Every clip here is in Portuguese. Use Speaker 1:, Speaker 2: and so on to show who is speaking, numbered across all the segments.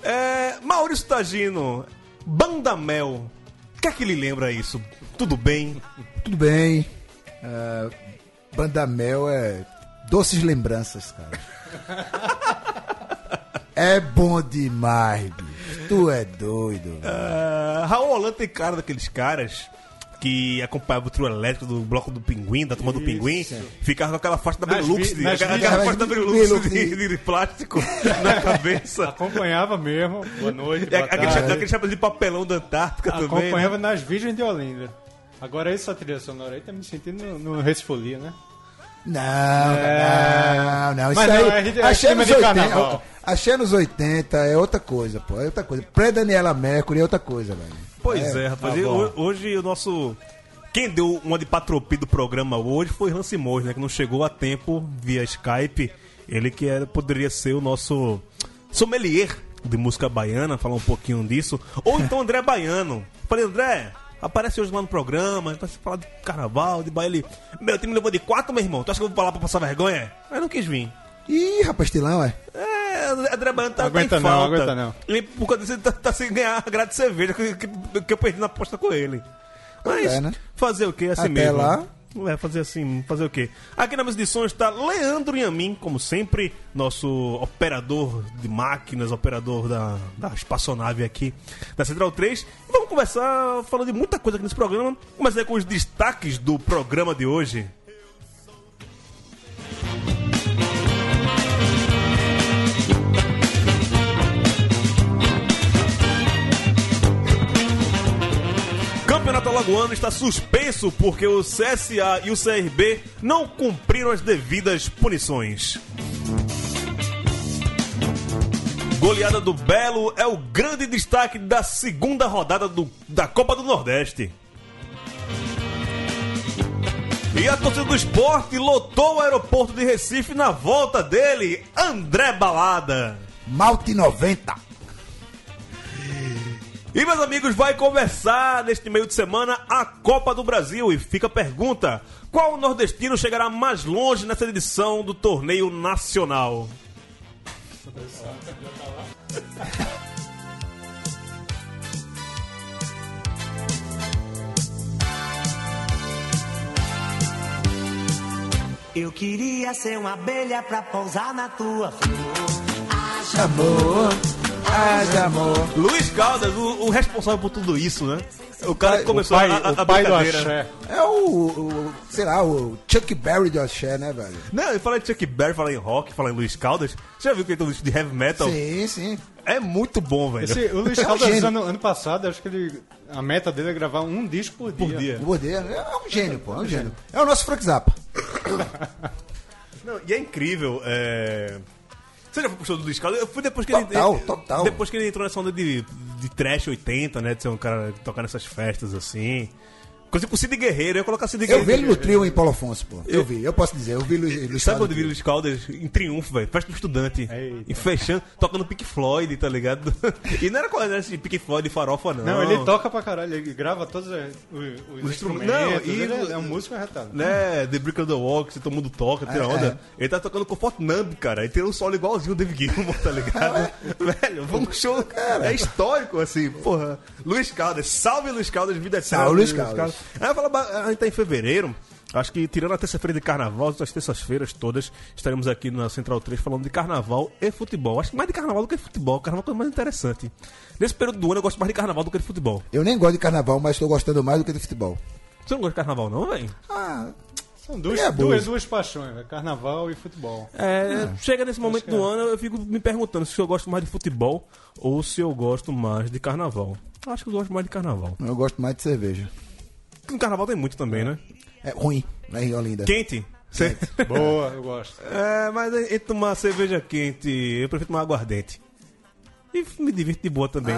Speaker 1: É, Maurício Tagino, Bandamel. O que é que lhe lembra isso? Tudo bem?
Speaker 2: Tudo bem. Ah, Bandamel é doces lembranças, cara. É bom demais, bicho. Tu é doido. velho.
Speaker 1: Ah, Raul Holanda tem cara daqueles caras que acompanhava o trio elétrico do bloco do Pinguim, da turma do Pinguim, ficava com aquela faixa da
Speaker 3: é. Nas
Speaker 1: Benelux,
Speaker 3: vi-
Speaker 1: de-
Speaker 3: nas
Speaker 1: aquela,
Speaker 3: vi-
Speaker 1: aquela
Speaker 2: nas
Speaker 1: faixa da
Speaker 2: vi-
Speaker 1: Benelux
Speaker 2: Benelux,
Speaker 1: de, de- de plástico na cabeça.
Speaker 3: Acompanhava mesmo. Boa noite,
Speaker 1: E a-
Speaker 3: boa
Speaker 1: É, Aquele,
Speaker 3: tarde.
Speaker 1: chapéu- aquele chapéu de papelão da Antártica também. né?
Speaker 3: Acompanhava nas vídeos de Olinda. Agora essa trilha sonora aí tá me sentindo no, no Recifolia, né?
Speaker 2: Não,
Speaker 3: É.
Speaker 2: não, não. Isso
Speaker 3: Mas não, é
Speaker 2: aí.
Speaker 3: rid- é
Speaker 2: achei
Speaker 3: clima
Speaker 2: nos
Speaker 3: de
Speaker 2: 80.
Speaker 3: carnaval.
Speaker 2: ó, Achei nos 80 é outra coisa, pô. É outra coisa. Pré-Daniela Mercury é outra coisa, velho.
Speaker 1: Pois é, rapaz. E ho- hoje o nosso. Quem deu uma de patropi do programa hoje foi Hans Simões, né? Que não chegou a tempo via Skype. Ele que era, poderia ser o nosso sommelier de música baiana, falar um pouquinho disso. Ou então André Baiano. Falei, André, aparece hoje lá no programa, pra você falar de carnaval, de baile. Meu time levou de quatro, meu irmão. Tu acha que eu vou falar pra passar vergonha? Mas não quis vir.
Speaker 2: Ih, rapaz, tilão, é.
Speaker 1: É, André Baiano tá,
Speaker 3: Aguenta
Speaker 1: tá em
Speaker 3: não,
Speaker 1: falta.
Speaker 3: aguenta não.
Speaker 1: Ele, por causa disso, ele tá, tá sem ganhar a grade de cerveja que, que- que eu perdi na aposta com ele. Mas
Speaker 2: É, né?
Speaker 1: fazer o quê? Assim
Speaker 2: Até
Speaker 1: mesmo.
Speaker 2: lá.
Speaker 1: É, fazer assim, fazer o quê? Aqui na mesa de som está Leandro Yamin, como sempre, nosso operador de máquinas, operador da, da espaçonave aqui da Central 3. E vamos conversar falando de muita coisa aqui nesse programa. Começar com os destaques do programa de hoje. Campeonato Alagoano está suspenso porque o CSA e o CRB não cumpriram as devidas punições. Goleada do Belo é o grande destaque da segunda rodada do- da Copa do Nordeste. E a torcida do esporte lotou o aeroporto de Recife na volta dele, André Balada.
Speaker 2: Malte 90.
Speaker 1: E meus amigos, vai começar neste meio de semana a Copa do Brasil e fica a pergunta: qual nordestino chegará mais longe nessa edição do torneio nacional?
Speaker 4: Eu queria ser uma abelha pra pousar na tua
Speaker 2: Amor, haja amor.
Speaker 1: Luiz Caldas, o, o responsável por tudo isso, né? O cara que começou
Speaker 3: o pai,
Speaker 1: a, a, a
Speaker 3: o pai do
Speaker 1: brincadeira.
Speaker 3: axé.
Speaker 2: É o, o- sei lá, o Chuck Berry do Axé, né, velho?
Speaker 1: Não, eu falei de Chuck Berry, falei em rock, falei em Luiz Caldas. Você já viu que ele tem um disco de heavy metal?
Speaker 2: Sim, sim.
Speaker 1: É muito bom, velho.
Speaker 3: Esse, o Luiz
Speaker 2: É um
Speaker 3: Caldas,
Speaker 2: gênio.
Speaker 3: ano, ano passado, acho que ele, a meta dele é gravar um disco por dia.
Speaker 1: Por dia.
Speaker 2: O Bordeiro é um gênio, pô, é um gênio. É o nosso Frank Zappa.
Speaker 1: Não, e é incrível. É... Você já foi pro show do Luiz Carlos? Eu fui depois que
Speaker 2: Total,
Speaker 1: ele.
Speaker 2: total.
Speaker 1: Depois que ele entrou nessa onda de, de trash 80, né? De ser um cara que toca nessas festas assim. Inclusive com o Cid Guerreiro, eu ia colocar Cid
Speaker 2: Eu
Speaker 1: Guerreiro.
Speaker 2: vi ele no trio em Paulo Afonso, pô. Eu vi, eu posso dizer, eu vi Luiz, Luiz
Speaker 1: Sabe
Speaker 2: Paulo
Speaker 1: onde vi
Speaker 2: no trio.
Speaker 1: Luiz Caldas? Em triunfo, velho. Festa do estudante.
Speaker 3: Eita.
Speaker 1: E fechando, tocando Pink Floyd, tá ligado? E não era coisa de Pink Floyd e farofa, não.
Speaker 3: Não, ele toca pra caralho, ele grava todos os, os,
Speaker 1: instrumentos.
Speaker 3: os instrumentos.
Speaker 1: Não, e-
Speaker 3: ele é um músico arretado.
Speaker 1: Né, The Brick on the Walk, se todo mundo toca,
Speaker 2: É,
Speaker 1: tira onda. Ele tá tocando com o Numb, cara. Ele tem um solo igualzinho o David Gilmour, tá ligado? Velho, foi um show, cara. É histórico, assim, porra. Luiz Caldas, salve Luiz Caldas, vida eterna.
Speaker 2: Salve, Luiz Caldas.
Speaker 1: Aí eu falo, ba- a gente tá em fevereiro. Acho que tirando a terça-feira de carnaval, as terças-feiras todas, estaremos aqui na Central 3 falando de carnaval e futebol. Acho que mais de carnaval do que de futebol. Carnaval é a coisa mais interessante. Nesse período do ano eu gosto mais de carnaval do que de futebol.
Speaker 2: Eu nem gosto de carnaval, mas tô gostando mais do que de futebol.
Speaker 1: Você não gosta de carnaval, não, velho?
Speaker 2: Ah,
Speaker 3: São duas,
Speaker 2: É,
Speaker 3: duas,
Speaker 2: boas.
Speaker 3: duas paixões, né? carnaval e futebol.
Speaker 1: É, chega nesse momento
Speaker 3: que
Speaker 1: do
Speaker 3: é.
Speaker 1: ano, eu fico me perguntando se eu gosto mais de futebol ou se eu gosto mais de carnaval. Eu Acho que eu gosto mais de carnaval.
Speaker 2: eu gosto mais de cerveja.
Speaker 1: No carnaval tem muito também, né?
Speaker 2: É ruim, né, em Olinda?
Speaker 1: É. Quente. Cê-
Speaker 3: Boa, eu gosto.
Speaker 1: É, mas entre tomar cerveja quente, eu prefiro tomar aguardente. E me divirto de boa também.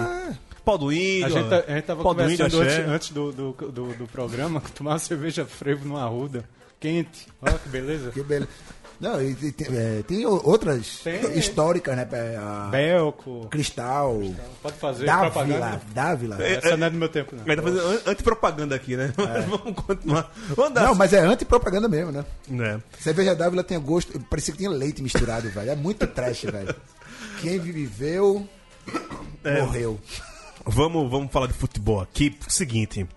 Speaker 1: Pau do índio.
Speaker 3: A gente, tá- a gente tava
Speaker 1: pau do índio,
Speaker 3: conversando antes,
Speaker 1: axé.
Speaker 3: antes do, do, do, do programa que tomava cerveja frevo numa arruda, quente. Olha que beleza.
Speaker 2: Que belo. Não, e, e tem, é, tem o- outras
Speaker 3: Tem.
Speaker 2: históricas, né? é, A
Speaker 3: Belco.
Speaker 2: Cristal,
Speaker 3: Pode fazer
Speaker 2: Dávila,
Speaker 3: propaganda.
Speaker 2: Dávila.
Speaker 3: Essa não é do meu tempo, não.
Speaker 1: A gente tá fazendo an- antipropaganda aqui, né?
Speaker 3: É.
Speaker 1: Mas vamos continuar. Vamos andar. assim,
Speaker 2: Não, mas é antipropaganda mesmo, né?
Speaker 1: Né?
Speaker 2: Cerveja Dávila tem gosto. Parecia que tinha leite misturado, velho. É muito trash, velho. Quem viveu,
Speaker 3: É.
Speaker 2: morreu.
Speaker 1: Vamos, vamos falar de futebol aqui. é Seguinte.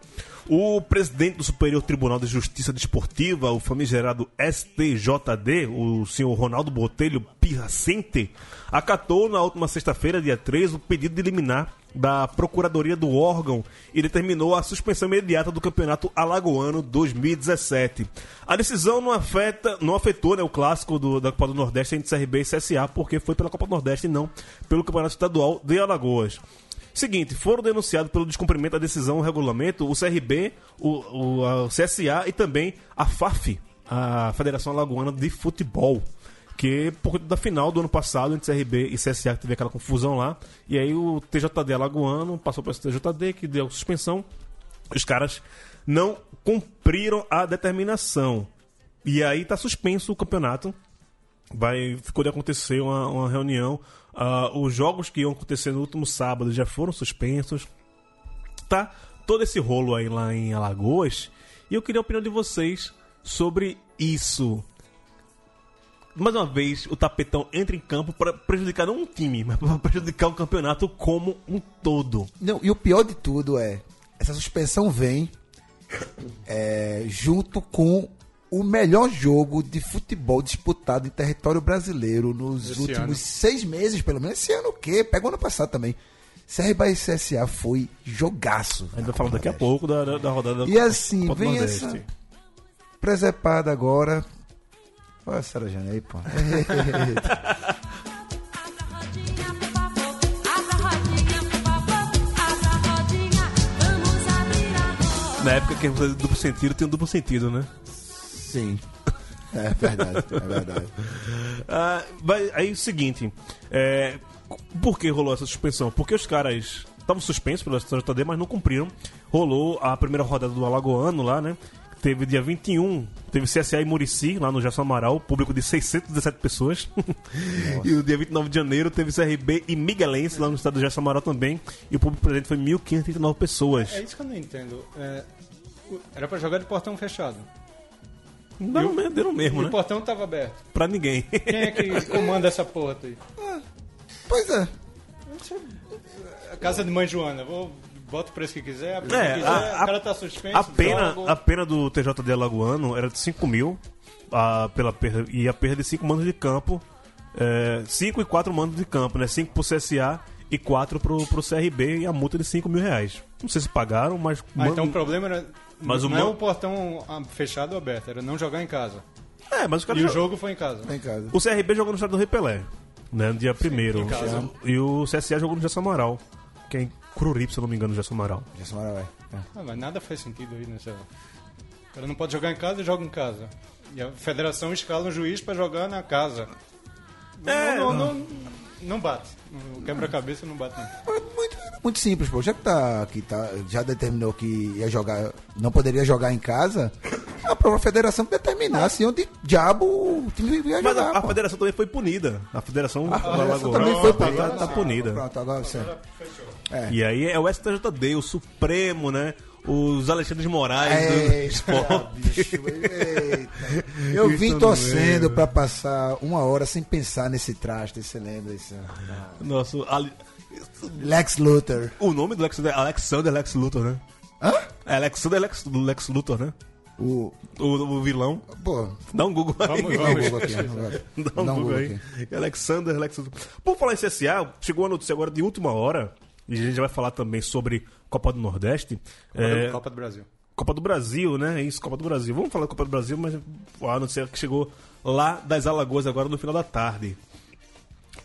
Speaker 1: O presidente do Superior Tribunal de Justiça Desportiva, o famigerado STJD, o senhor Ronaldo Botelho Pirracente, acatou na última sexta-feira, dia 3, o pedido de liminar da Procuradoria do órgão e determinou a suspensão imediata do Campeonato Alagoano 2017. A decisão não afeta, não afetou né, o clássico do- da Copa do Nordeste entre CRB e CSA, porque foi pela Copa do Nordeste e não pelo Campeonato Estadual de Alagoas. Seguinte, foram denunciados pelo descumprimento da decisão e regulamento o CRB, o, o, a- o CSA e também a FAF, a Federação Alagoana de Futebol. Que por conta da final do ano passado entre CRB e CSA que teve aquela confusão lá. E aí o TJD Alagoano passou para o TJD, que deu suspensão. Os caras não cumpriram a determinação. E aí tá suspenso o campeonato vai ficou de acontecer uma, uma reunião. Ah, os jogos que iam acontecer no último sábado já foram suspensos. Tá todo esse rolo aí lá em Alagoas. E eu queria a opinião de vocês sobre isso. Mais uma vez, o tapetão entra em campo para prejudicar não um time, mas para prejudicar o campeonato como um todo.
Speaker 2: Não, e o pior de tudo é, essa suspensão vem é, junto com o melhor jogo de futebol disputado em território brasileiro nos
Speaker 3: Esse
Speaker 2: últimos
Speaker 3: ano.
Speaker 2: seis meses, pelo menos. Esse ano o quê? Pega o ano passado também. CRB e CSA foi jogaço.
Speaker 1: A gente
Speaker 2: na
Speaker 1: vai falar
Speaker 2: Copa
Speaker 1: daqui a
Speaker 2: Nordeste.
Speaker 1: pouco da, da, da rodada
Speaker 2: E
Speaker 1: da
Speaker 2: assim,
Speaker 1: Copa do
Speaker 2: vem
Speaker 1: Nordeste.
Speaker 2: essa presepada agora. Olha a Sara Jane aí, pô.
Speaker 5: Asa rodinha, por favor. Asa rodinha, por favor. Asa rodinha, vamos abrir agora.
Speaker 1: Na época que é duplo sentido, tem um duplo sentido, né?
Speaker 2: Sim. É verdade, é verdade.
Speaker 1: Ah, vai- aí é o seguinte: é, por que rolou essa suspeensão? Porque os caras estavam suspensos pelo STJD, mas não cumpriram. Rolou a primeira rodada do Alagoano lá, né? Teve dia 21, teve CSA e Murici lá no Gerson Amaral, público de 617 pessoas. e o dia 29 de janeiro teve CRB e Miguelense lá no estado do Gerson Amaral também. E o público presente foi 1.539
Speaker 3: É
Speaker 1: pessoas.
Speaker 3: isso que eu não entendo. É, o- era pra jogar de portão fechado.
Speaker 1: Deram, mesmo- deram mesmo,
Speaker 3: E o
Speaker 1: né?
Speaker 3: portão tava aberto.
Speaker 1: Pra ninguém.
Speaker 3: Quem é que comanda essa porra aí?
Speaker 2: Pois é.
Speaker 3: A casa de mãe Joana. Vou, bota o preço que quiser, abre o
Speaker 1: É,
Speaker 3: que quiser.
Speaker 1: a- a-
Speaker 3: o cara tá suspenso.
Speaker 1: A pena,
Speaker 3: joga.
Speaker 1: a pena do TJD Alagoano era de 5 mil a, pela perda, e a perda de 5 mandos de campo. 5 e 4 mandos de campo, né? 5 pro CSA e 4 pro, pro CRB e a multa de 5 mil reais. Não sei se pagaram, mas.
Speaker 3: Ah,
Speaker 1: man-
Speaker 3: então o problema era.
Speaker 1: Mas o
Speaker 3: não é
Speaker 1: man-
Speaker 3: o portão ah, fechado ou aberto, era não jogar em casa.
Speaker 1: É, mas o cara
Speaker 3: E o
Speaker 1: jo-
Speaker 3: jogo foi em casa.
Speaker 2: Tá em casa.
Speaker 1: O CRB jogou no estado do Rei Pelé, né? No dia 1
Speaker 3: casa.
Speaker 1: E o CSA jogou no Gerson Amaral, que é em Cruripe, se eu não me engano, o Gerson Amaral.
Speaker 2: Já somaram, vai.
Speaker 3: Ah, mas nada faz sentido aí nessa. O cara não pode jogar em casa e joga em casa. E a federação escala um juiz pra jogar na casa.
Speaker 1: É,
Speaker 3: É. Ah. não, não, não, não bate. O quebra-cabeça não bate, não.
Speaker 2: Muito, muito simples, pô. Já que tá, que tá, já determinou que ia jogar, não poderia jogar em casa, a própria federação que determinasse onde diabo o time ia
Speaker 1: Mas
Speaker 2: jogar.
Speaker 1: a, a
Speaker 2: pô.
Speaker 1: federação também foi punida. A federação,
Speaker 2: A
Speaker 1: da
Speaker 2: federação
Speaker 1: Lagoa
Speaker 2: também foi pra
Speaker 1: tá, tá punida. É
Speaker 2: Pronto, agora você.
Speaker 1: E aí é o STJD, o Supremo, né? Os Alexandre de Moraes do
Speaker 2: é Eita,
Speaker 1: esporte.
Speaker 2: bicho, eita. Eu
Speaker 1: é.
Speaker 2: vim torcendo pra passar uma hora sem pensar nesse traste, você lembra isso?
Speaker 1: Nosso. Ali-
Speaker 2: Lex Luthor.
Speaker 1: O nome do Lex Luthor é Alexander Lex Luthor, né?
Speaker 2: Hã?
Speaker 1: É Alexander Lex, Lex Luthor, né?
Speaker 2: O.
Speaker 1: O, o vilão.
Speaker 2: Pô,
Speaker 1: Dá um Google aí.
Speaker 2: dá um Google aqui. agora.
Speaker 1: Dá um Google aí. Alexander, Alexander. Por falar em CSA, chegou a notícia agora de última hora, e a gente já vai falar também sobre Copa do Nordeste. É,
Speaker 3: Copa do Brasil.
Speaker 1: Copa do Brasil, né? É isso, Copa do Brasil. Vamos falar da Copa do Brasil, mas a notícia que chegou lá das Alagoas agora no final da tarde.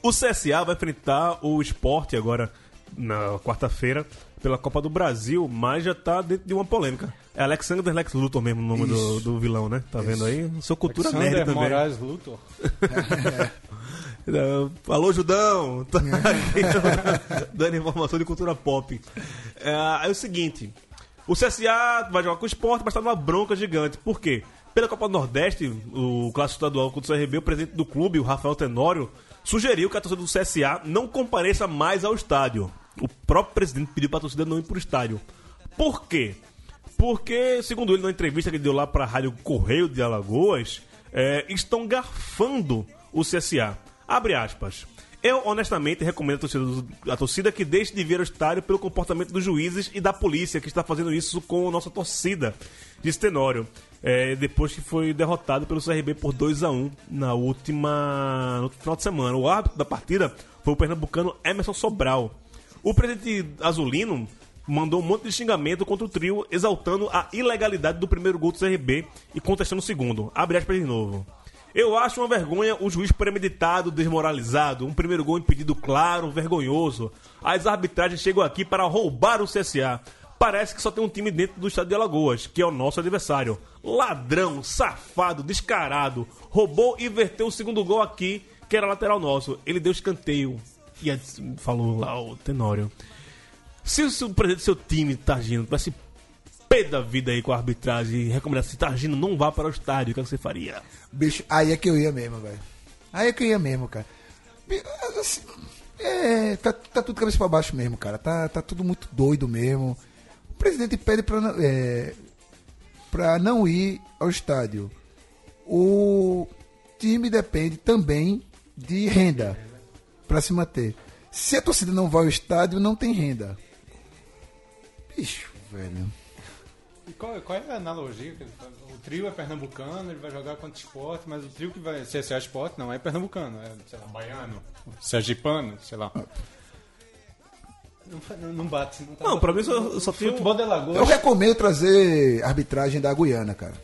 Speaker 1: O CSA vai enfrentar o esporte agora na quarta-feira pela Copa do Brasil, mas já tá dentro de uma polêmica. É Alexander Lex Luthor mesmo o nome do, do vilão, né? Tá vendo aí? Sou cultura nerd
Speaker 3: Alexander
Speaker 1: também.
Speaker 3: Moraes Luthor.
Speaker 1: É, Alô, Judão! Tá aqui dando informação de cultura pop. É, é o seguinte: o CSA vai jogar com o esporte, mas tá numa bronca gigante. Por quê? Pela Copa do Nordeste, o clássico estadual contra o CRB, o presidente do clube, o Rafael Tenório, sugeriu que a torcida do CSA não compareça mais ao estádio. O próprio presidente pediu pra torcida não ir pro estádio. Por quê? Porque, segundo ele, na entrevista que ele deu lá para a Rádio Correio de Alagoas, é, estão garfando o CSA. Abre aspas. Eu, honestamente, recomendo à torcida, do- à torcida que deixe de ver o estádio pelo comportamento dos juízes e da polícia que está fazendo isso com a nossa torcida, disse Tenório, é, depois que foi derrotado pelo CRB por 2 a 1 na última, no último final de semana. O árbitro da partida foi o pernambucano Emerson Sobral. O presidente azulino mandou um monte de xingamento contra o trio, exaltando a ilegalidade do primeiro gol do CRB e contestando o segundo. Abre aspas de novo. Eu acho uma vergonha o juiz premeditado, desmoralizado, um primeiro gol impedido claro, vergonhoso. As arbitragens chegam aqui para roubar o CSA. Parece que só tem um time dentro do estado de Alagoas, que é o nosso adversário. Ladrão, safado, descarado, roubou e verteu o segundo gol aqui, que era lateral nosso. Ele deu escanteio. E aí falou lá o Tenório. Se o seu, presidente do seu time tá agindo, vai se pé da vida aí com a arbitragem e recomendar se tá agindo, não vá para o estádio, o que, é que você faria?
Speaker 2: Bicho, aí é que eu ia mesmo, velho. Aí é que eu ia mesmo, cara. Bi- assim, é, tá, tá tudo cabeça pra baixo mesmo, cara. Tá, tá tudo muito doido mesmo. O presidente pede pra, não- é, pra não ir ao estádio. O time depende também de renda pra se manter. Se a torcida não vai ao estádio, não tem renda. Bicho, velho.
Speaker 3: E qual, qual é a analogia? que ele faz? O trio é pernambucano, ele vai jogar contra o esporte, mas o trio que vai CSA esporte não é pernambucano, é, sei lá, baiano, sergipano, sei lá. Não, fa- não- não bate, não tá
Speaker 1: Não, pra mim só, só tem um...
Speaker 3: Futebol de
Speaker 2: Eu
Speaker 3: Lagoa.
Speaker 2: recomendo trazer arbitragem da Guiana, cara.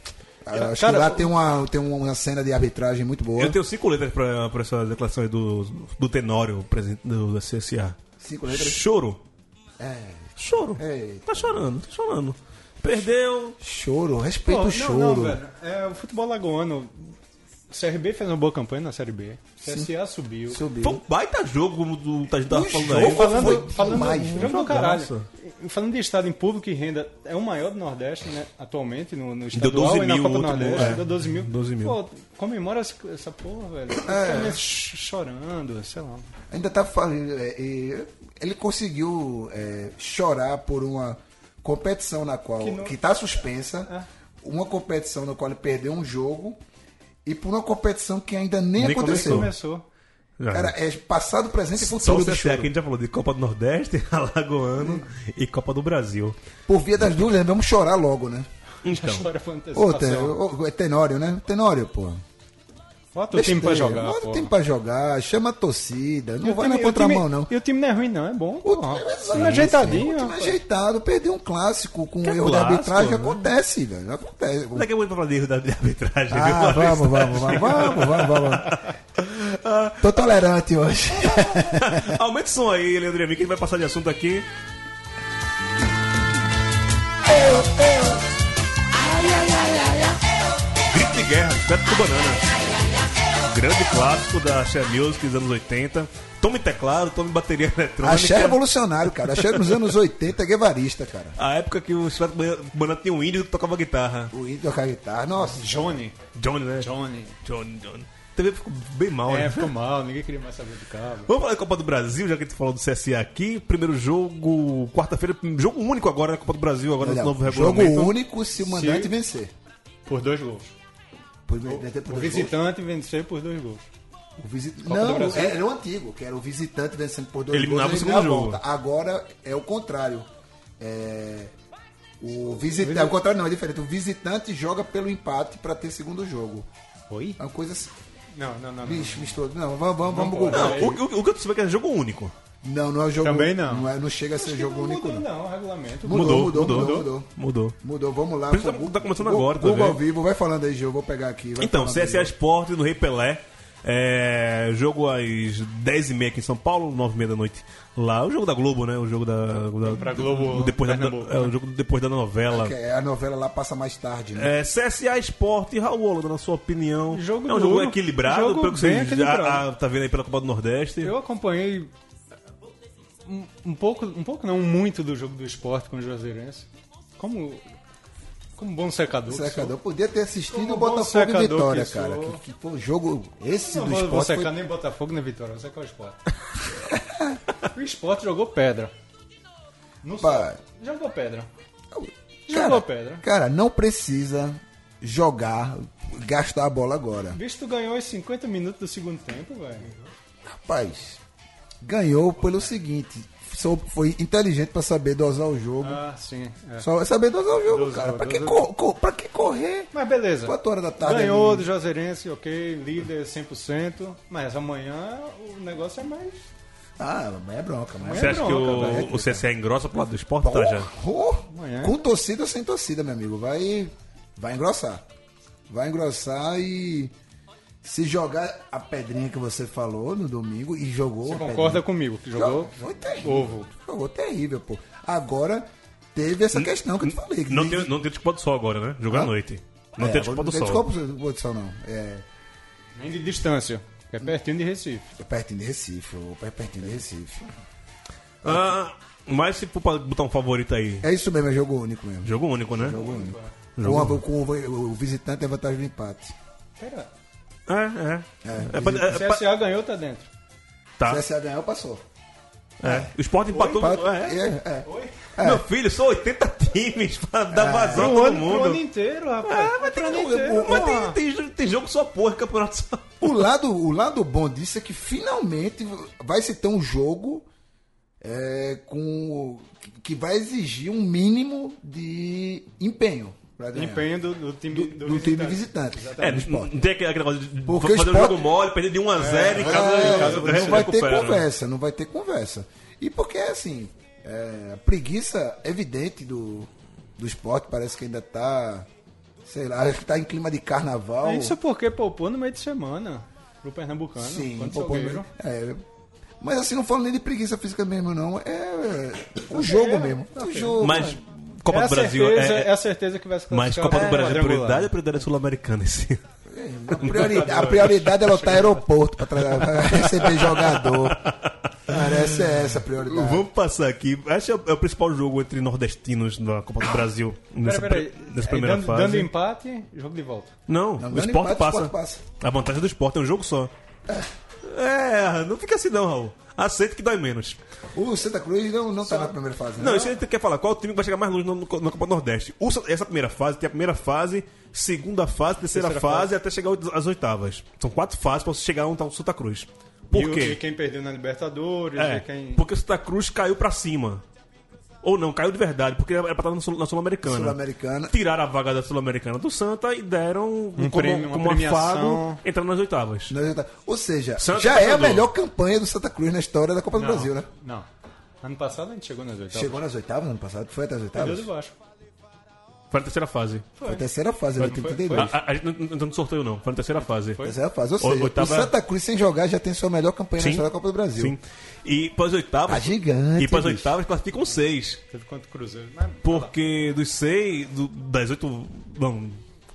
Speaker 2: Ah, Acho
Speaker 3: É, Cara,
Speaker 2: que lá
Speaker 3: eu-
Speaker 2: tem uma, tem uma cena de arbitragem muito boa.
Speaker 1: Eu tenho cinco letras pra, pra essa declaração aí do, do Tenório, presidente do, da CSA.
Speaker 2: Cinco letras.
Speaker 1: Choro.
Speaker 2: É.
Speaker 1: Choro.
Speaker 2: Eita.
Speaker 1: Tá chorando, tá chorando. Perdeu.
Speaker 2: Choro, respeito
Speaker 3: Pô,
Speaker 2: o
Speaker 3: Não, não,
Speaker 2: choro.
Speaker 3: velho. É, o futebol lagoano. O CRB fez uma boa campanha na Série B. CSA subiu.
Speaker 2: Subiu.
Speaker 1: Foi um baita jogo, como o Tajinho tava
Speaker 2: Um
Speaker 1: falando
Speaker 2: jogo.
Speaker 1: aí.
Speaker 2: Foi
Speaker 3: Falando, falando,
Speaker 2: demais, né?
Speaker 3: jogo
Speaker 2: velho.
Speaker 3: do caralho.
Speaker 1: Jogaço.
Speaker 3: falando de estado em público e renda, é o maior do Nordeste, né? Atualmente, no, no estadual
Speaker 1: 12
Speaker 3: e na
Speaker 1: mil o
Speaker 3: Copa do
Speaker 1: último,
Speaker 3: Nordeste.
Speaker 1: é.
Speaker 3: Deu 12 mil.
Speaker 1: 12 mil.
Speaker 3: Pô, comemora essa, essa porra, velho.
Speaker 2: É.
Speaker 3: Os caras ch- chorando, sei lá.
Speaker 2: Ainda tá falando. é, é, ele conseguiu é, chorar por uma competição na qual.
Speaker 3: Que
Speaker 2: que,
Speaker 3: não- É.
Speaker 2: tá suspensa. Uma competição na qual ele perdeu um jogo. E por uma competição que ainda nem,
Speaker 1: Nem
Speaker 2: aconteceu.
Speaker 3: Começou.
Speaker 2: Cara, é passado, presente e
Speaker 1: Só o
Speaker 2: futuro. do
Speaker 1: CSA, que
Speaker 2: choro.
Speaker 1: a gente já falou de Copa do Nordeste, Alagoano e Copa do Brasil.
Speaker 2: Por via das dúvidas, vamos chorar logo, né?
Speaker 3: Já
Speaker 1: Então.
Speaker 3: chora com
Speaker 2: Ô,
Speaker 3: antecipação.
Speaker 2: Ten- ô, é Tenório, né? Tenório, pô.
Speaker 3: Bota o time pra
Speaker 2: Besteira.
Speaker 3: jogar,
Speaker 2: Bota o
Speaker 3: porra.
Speaker 2: time pra jogar, chama a torcida. Não
Speaker 3: E o
Speaker 2: vai
Speaker 3: time-
Speaker 2: na
Speaker 3: e o time-
Speaker 2: contramão, não.
Speaker 3: E o time não é ruim, não. É bom,
Speaker 2: O
Speaker 3: porra.
Speaker 2: time-
Speaker 3: Time
Speaker 2: sim,
Speaker 3: ajeitadinho.
Speaker 2: sim, o é um time
Speaker 3: rapaz.
Speaker 2: ajeitado, perder um clássico com
Speaker 1: Que
Speaker 2: erro de
Speaker 1: clássico,
Speaker 2: arbitragem
Speaker 1: né?
Speaker 2: acontece, velho. Acontece.
Speaker 1: Daqui a pouco eu vou falar de erro da de arbitragem. viu,
Speaker 2: Ah,
Speaker 1: Maurício?
Speaker 2: vamos, vamos, vamos, vamos, vamos, vamos. Tô tolerante hoje.
Speaker 1: Aumenta o som aí, Leandro e a mim, que a gente vai passar de assunto aqui. Grito de guerra, Beto com banana. Grande clássico da Share Music dos anos 80. Tome teclado, tome bateria eletrônica.
Speaker 2: Axé é revolucionário, cara. Axé nos anos 80 é guevarista, cara.
Speaker 1: A época que o Strato Manato tinha um índio que tocava guitarra.
Speaker 2: O índio tocar guitarra. Nossa,
Speaker 3: Johnny.
Speaker 1: Johnny, né?
Speaker 3: Johnny.
Speaker 1: Johnny, Johnny. A TV ficou bem mal,
Speaker 3: É,
Speaker 1: né?
Speaker 3: ficou mal, ninguém queria mais saber do cabo.
Speaker 1: Vamos falar da Copa do Brasil, já que a gente falou do CSA aqui. Primeiro jogo, quarta-feira, jogo único agora na Copa do Brasil, agora
Speaker 2: olha,
Speaker 1: no novo
Speaker 2: jogo
Speaker 1: regulamento.
Speaker 2: único se o mandante
Speaker 3: Se-
Speaker 2: vencer.
Speaker 3: Por dois gols.
Speaker 2: Por- deve ter por
Speaker 3: O
Speaker 2: dois
Speaker 3: visitante vencer por dois gols.
Speaker 2: gols. O visit-
Speaker 3: do
Speaker 2: Não,
Speaker 3: Brasil.
Speaker 2: era o antigo, que era o visitante vencendo por dois
Speaker 1: Eliminava
Speaker 2: gols.
Speaker 1: o
Speaker 2: ele dá a
Speaker 1: segundo jogo.
Speaker 2: volta. Agora é o contrário. É... O visitante. É o contrário, não, é diferente. O visitante joga pelo empate pra ter segundo jogo.
Speaker 3: Oi?
Speaker 2: É uma coisa assim.
Speaker 3: Não, não, não. não.
Speaker 2: Bicho, misturado. Não, vamos, vamos, vamos
Speaker 3: pode.
Speaker 2: googar.
Speaker 1: Não, o, o- o que eu percebi é que era jogo único.
Speaker 2: Não, não é o jogo.
Speaker 3: Também não.
Speaker 2: Não, é- não chega a ser jogo
Speaker 3: Não
Speaker 2: único,
Speaker 3: mudou,
Speaker 2: não.
Speaker 3: não, o regulamento.
Speaker 2: Mudou,
Speaker 1: Mudou,
Speaker 2: mudou, mudou, mudou.
Speaker 1: mudou.
Speaker 2: Mudou,
Speaker 1: Mudou.
Speaker 2: vamos lá.
Speaker 1: Por isso
Speaker 2: pô,
Speaker 1: tá-
Speaker 2: Gu-
Speaker 1: tá começando
Speaker 2: Gu-
Speaker 1: agora, tá
Speaker 2: Google ao
Speaker 1: vendo?
Speaker 2: vivo, vai falando aí, Gil, vou pegar aqui. vai
Speaker 1: Então,
Speaker 2: falando aí,
Speaker 1: CSA
Speaker 2: Gil.
Speaker 1: Sport no Rei Pelé. É, jogo às 10h30 aqui em São Paulo, 9h30 da noite lá. O jogo da Globo, né? O jogo da. da
Speaker 3: Pra Globo,
Speaker 1: Depois da,
Speaker 3: Pernambuco.
Speaker 1: é, o jogo depois da novela.
Speaker 2: Que é, a novela lá passa mais tarde, né?
Speaker 1: É, CSA Sport e Raul, Holanda, na sua opinião.
Speaker 3: Jogo
Speaker 1: é um
Speaker 3: duro,
Speaker 1: jogo equilibrado,
Speaker 3: jogo
Speaker 1: pelo que
Speaker 3: bem
Speaker 1: você já
Speaker 3: equilibrado.
Speaker 1: ah, tá vendo aí pela Copa do Nordeste.
Speaker 3: Eu acompanhei um, um pouco, um pouco não, muito do jogo do esporte com o Juazeirense. Como, como bom secador. que sou.
Speaker 2: Secador, podia ter assistido
Speaker 3: Como
Speaker 2: o
Speaker 3: bom
Speaker 2: Botafogo e
Speaker 3: secador
Speaker 2: Vitória,
Speaker 3: que
Speaker 2: cara.
Speaker 3: sou.
Speaker 2: Que, que foi um jogo. Esse
Speaker 3: Não
Speaker 2: do
Speaker 3: vou, vou
Speaker 2: esporte.
Speaker 3: secar
Speaker 2: Foi...
Speaker 3: nem Botafogo nem Vitória, vou secar o esporte. o esporte jogou pedra. Não sei.
Speaker 2: Pá.
Speaker 3: Jogou pedra. Jogou
Speaker 2: Cara,
Speaker 3: pedra.
Speaker 2: cara, não precisa jogar, gastar a bola agora.
Speaker 3: Bicho, tu ganhou os 50 minutos do segundo tempo, velho.
Speaker 2: Rapaz, ganhou pelo seguinte: sou- foi inteligente pra saber dosar o jogo.
Speaker 3: Ah, sim. é.
Speaker 2: Só vai saber dosar o jogo,
Speaker 3: Dosar,
Speaker 2: cara. Pra que,
Speaker 3: dosar.
Speaker 2: cor- cor- pra que correr?
Speaker 3: Mas beleza.
Speaker 2: 4 horas da tarde.
Speaker 3: Ganhou
Speaker 2: ali.
Speaker 3: do Juazeirense, ok, líder 100%, mas amanhã o negócio é mais...
Speaker 2: Ah, mas é bronca, mas
Speaker 1: Você
Speaker 2: é
Speaker 1: acha que
Speaker 3: bronca,
Speaker 1: o,
Speaker 3: velho.
Speaker 1: o CSA engrossa pro lado do esporte? Tá já.
Speaker 2: Oh,
Speaker 3: Amanhã.
Speaker 2: com torcida ou sem torcida, meu amigo. Vai, vai engrossar. Vai engrossar e se jogar a pedrinha que você falou no domingo e jogou.
Speaker 3: Você
Speaker 2: a
Speaker 3: concorda
Speaker 2: pedrinha.
Speaker 3: comigo que
Speaker 2: Jogou,
Speaker 3: jogou?
Speaker 2: foi terrível.
Speaker 3: Ovo.
Speaker 2: Jogou terrível, pô. Agora teve essa questão que eu te falei. que
Speaker 1: Não
Speaker 2: diz-
Speaker 1: tem, não tem tipo do sol agora, né? Jogo à
Speaker 2: Hã?
Speaker 1: noite. Não
Speaker 2: É,
Speaker 1: tem tipo do
Speaker 2: Não tem
Speaker 1: sol.
Speaker 2: desculpa do Pôr do Sol, não. É,
Speaker 3: Nem de distância, que é pertinho de Recife.
Speaker 2: é pertinho de Recife, ô, é pertinho de Recife.
Speaker 1: Ah, mas se for pra botar um favorito aí.
Speaker 2: É isso mesmo, é jogo único mesmo.
Speaker 1: Jogo único, né?
Speaker 2: Jogo único. Com, a- com o, o visitante é vantagem do empate.
Speaker 3: Pera,
Speaker 1: É, é.
Speaker 2: É,
Speaker 1: É pra-
Speaker 3: o
Speaker 1: é pra-
Speaker 3: CSA ganhou, tá dentro.
Speaker 1: tá.
Speaker 2: Se Se ganhar, passou.
Speaker 1: é. O esporte empatou.
Speaker 2: Empate.
Speaker 1: é.
Speaker 2: É, é.
Speaker 1: Meu filho, são 80 times pra dar vazão a
Speaker 3: O
Speaker 1: todo
Speaker 3: Um ano, pro ano
Speaker 1: mundo.
Speaker 3: inteiro, rapaz.
Speaker 1: É, mas
Speaker 3: Pro
Speaker 1: tem,
Speaker 3: ano
Speaker 2: um-
Speaker 1: jogo-
Speaker 3: inteiro,
Speaker 1: mas
Speaker 3: porra.
Speaker 1: tem, tem, tem jogo só porra, campeonato só.
Speaker 2: O lado, o lado bom disso é que finalmente vai se ter um jogo é, com que vai exigir um mínimo de empenho. pra ganhar.
Speaker 3: Empenho do, do time
Speaker 2: do,
Speaker 3: do
Speaker 2: do
Speaker 3: visitante.
Speaker 2: time visitante.
Speaker 1: É,
Speaker 2: do
Speaker 1: não
Speaker 2: esporte.
Speaker 1: não tem aquele aquele negócio de
Speaker 2: Porque
Speaker 1: fazer
Speaker 2: o esporte-
Speaker 1: um jogo mole, perder de 1 a 0 em casa.
Speaker 2: É,
Speaker 1: em casa
Speaker 2: não
Speaker 1: recupera,
Speaker 2: vai ter
Speaker 1: né?
Speaker 2: conversa, não vai ter conversa. E porque assim, é, a preguiça evidente do, do esporte parece que ainda tá, sei lá, acho que tá em clima de carnaval.
Speaker 3: Isso porque poupou no meio de semana pro Pernambucano.
Speaker 2: Sim,
Speaker 3: contra o
Speaker 2: poupou
Speaker 3: Salgueiro.
Speaker 2: é, mas assim, não falo nem de preguiça física mesmo, não. É, o jogo mesmo. O jogo.
Speaker 1: Mas
Speaker 3: É
Speaker 1: Copa
Speaker 3: a,
Speaker 1: do Brasil
Speaker 3: certeza,
Speaker 1: é-
Speaker 3: é a certeza que vai se
Speaker 1: Mas
Speaker 3: classificar
Speaker 1: Copa do
Speaker 3: pro
Speaker 1: Brasil é
Speaker 3: quadrangular.
Speaker 1: prioridade ou prioridade sul-americana esse?
Speaker 2: A prioridade, a prioridade é lotar aeroporto pra, tra- pra receber jogador. Cara, essa é essa a prioridade.
Speaker 1: Vamos passar aqui. Acho que é o- é o principal jogo entre nordestinos na Copa do Brasil nessa,
Speaker 3: Pera, pera
Speaker 1: pri-
Speaker 3: aí.
Speaker 1: nessa
Speaker 3: Aí,
Speaker 1: primeira
Speaker 3: É, dando,
Speaker 1: fase.
Speaker 3: Dando empate, jogo de volta.
Speaker 1: Não,
Speaker 2: Não,
Speaker 1: o
Speaker 2: dando empate,
Speaker 1: esporte,
Speaker 2: o
Speaker 1: passa.
Speaker 2: Sport passa.
Speaker 1: A vantagem do esporte é um jogo só. É, não fica assim não, Raul. Aceita que dói menos.
Speaker 2: O Santa Cruz não, não tá na primeira fase. né?
Speaker 1: Não, isso é a gente quer falar. Qual o time que vai chegar mais longe no- no- na Copa do Nordeste? O Sa- essa primeira fase tem a primeira fase, segunda fase, terceira,
Speaker 3: Terceira
Speaker 1: fase,
Speaker 3: fase.
Speaker 1: até chegar às oitavas. São quatro fases pra você chegar onde tá o Santa Cruz. Por
Speaker 3: E o-
Speaker 1: quê?
Speaker 3: E quem perdeu na Libertadores,
Speaker 1: É,
Speaker 3: e quem...
Speaker 1: porque o Santa Cruz caiu pra cima. Ou não, caiu de verdade, porque era pra estar na Sul- na Sul-Americana.
Speaker 2: Sul-Americana.
Speaker 1: Tiraram a vaga da Sul-Americana do Santa e deram como,
Speaker 3: prêmio, uma
Speaker 1: como
Speaker 3: premiação.
Speaker 1: afago entrando nas oitavas.
Speaker 2: Nós já tá- Ou seja,
Speaker 1: Santa
Speaker 2: já é a
Speaker 1: Salvador.
Speaker 2: melhor campanha do Santa Cruz na história da Copa do
Speaker 3: Não,
Speaker 2: Brasil, né?
Speaker 3: Não. Ano passado a gente chegou nas oitavas.
Speaker 2: Chegou nas oitavas ano passado? Foi até as
Speaker 3: Perdeu
Speaker 2: oitavas?
Speaker 3: do Vasco.
Speaker 1: Foi na terceira fase.
Speaker 2: Foi a terceira fase, né?
Speaker 3: Foi-
Speaker 2: ele tem
Speaker 3: foi-
Speaker 2: 32.
Speaker 1: A, a- a gente não não entrou no sorteio, não. Foi na terceira fase.
Speaker 2: Terceira fase. Ou
Speaker 1: O-
Speaker 2: seja,
Speaker 1: oitava-
Speaker 2: o Santa Cruz sem jogar já tem sua melhor campanha
Speaker 1: Sim.
Speaker 2: na história da Copa do Brasil.
Speaker 1: Sim. E pós oitavas.
Speaker 2: Tá gigante,
Speaker 1: E pós
Speaker 2: bicho.
Speaker 1: oitavas classificam seis.
Speaker 3: Teve quanto Cruzeiro. Mas,
Speaker 1: Porque dos seis. do- das oito. Não.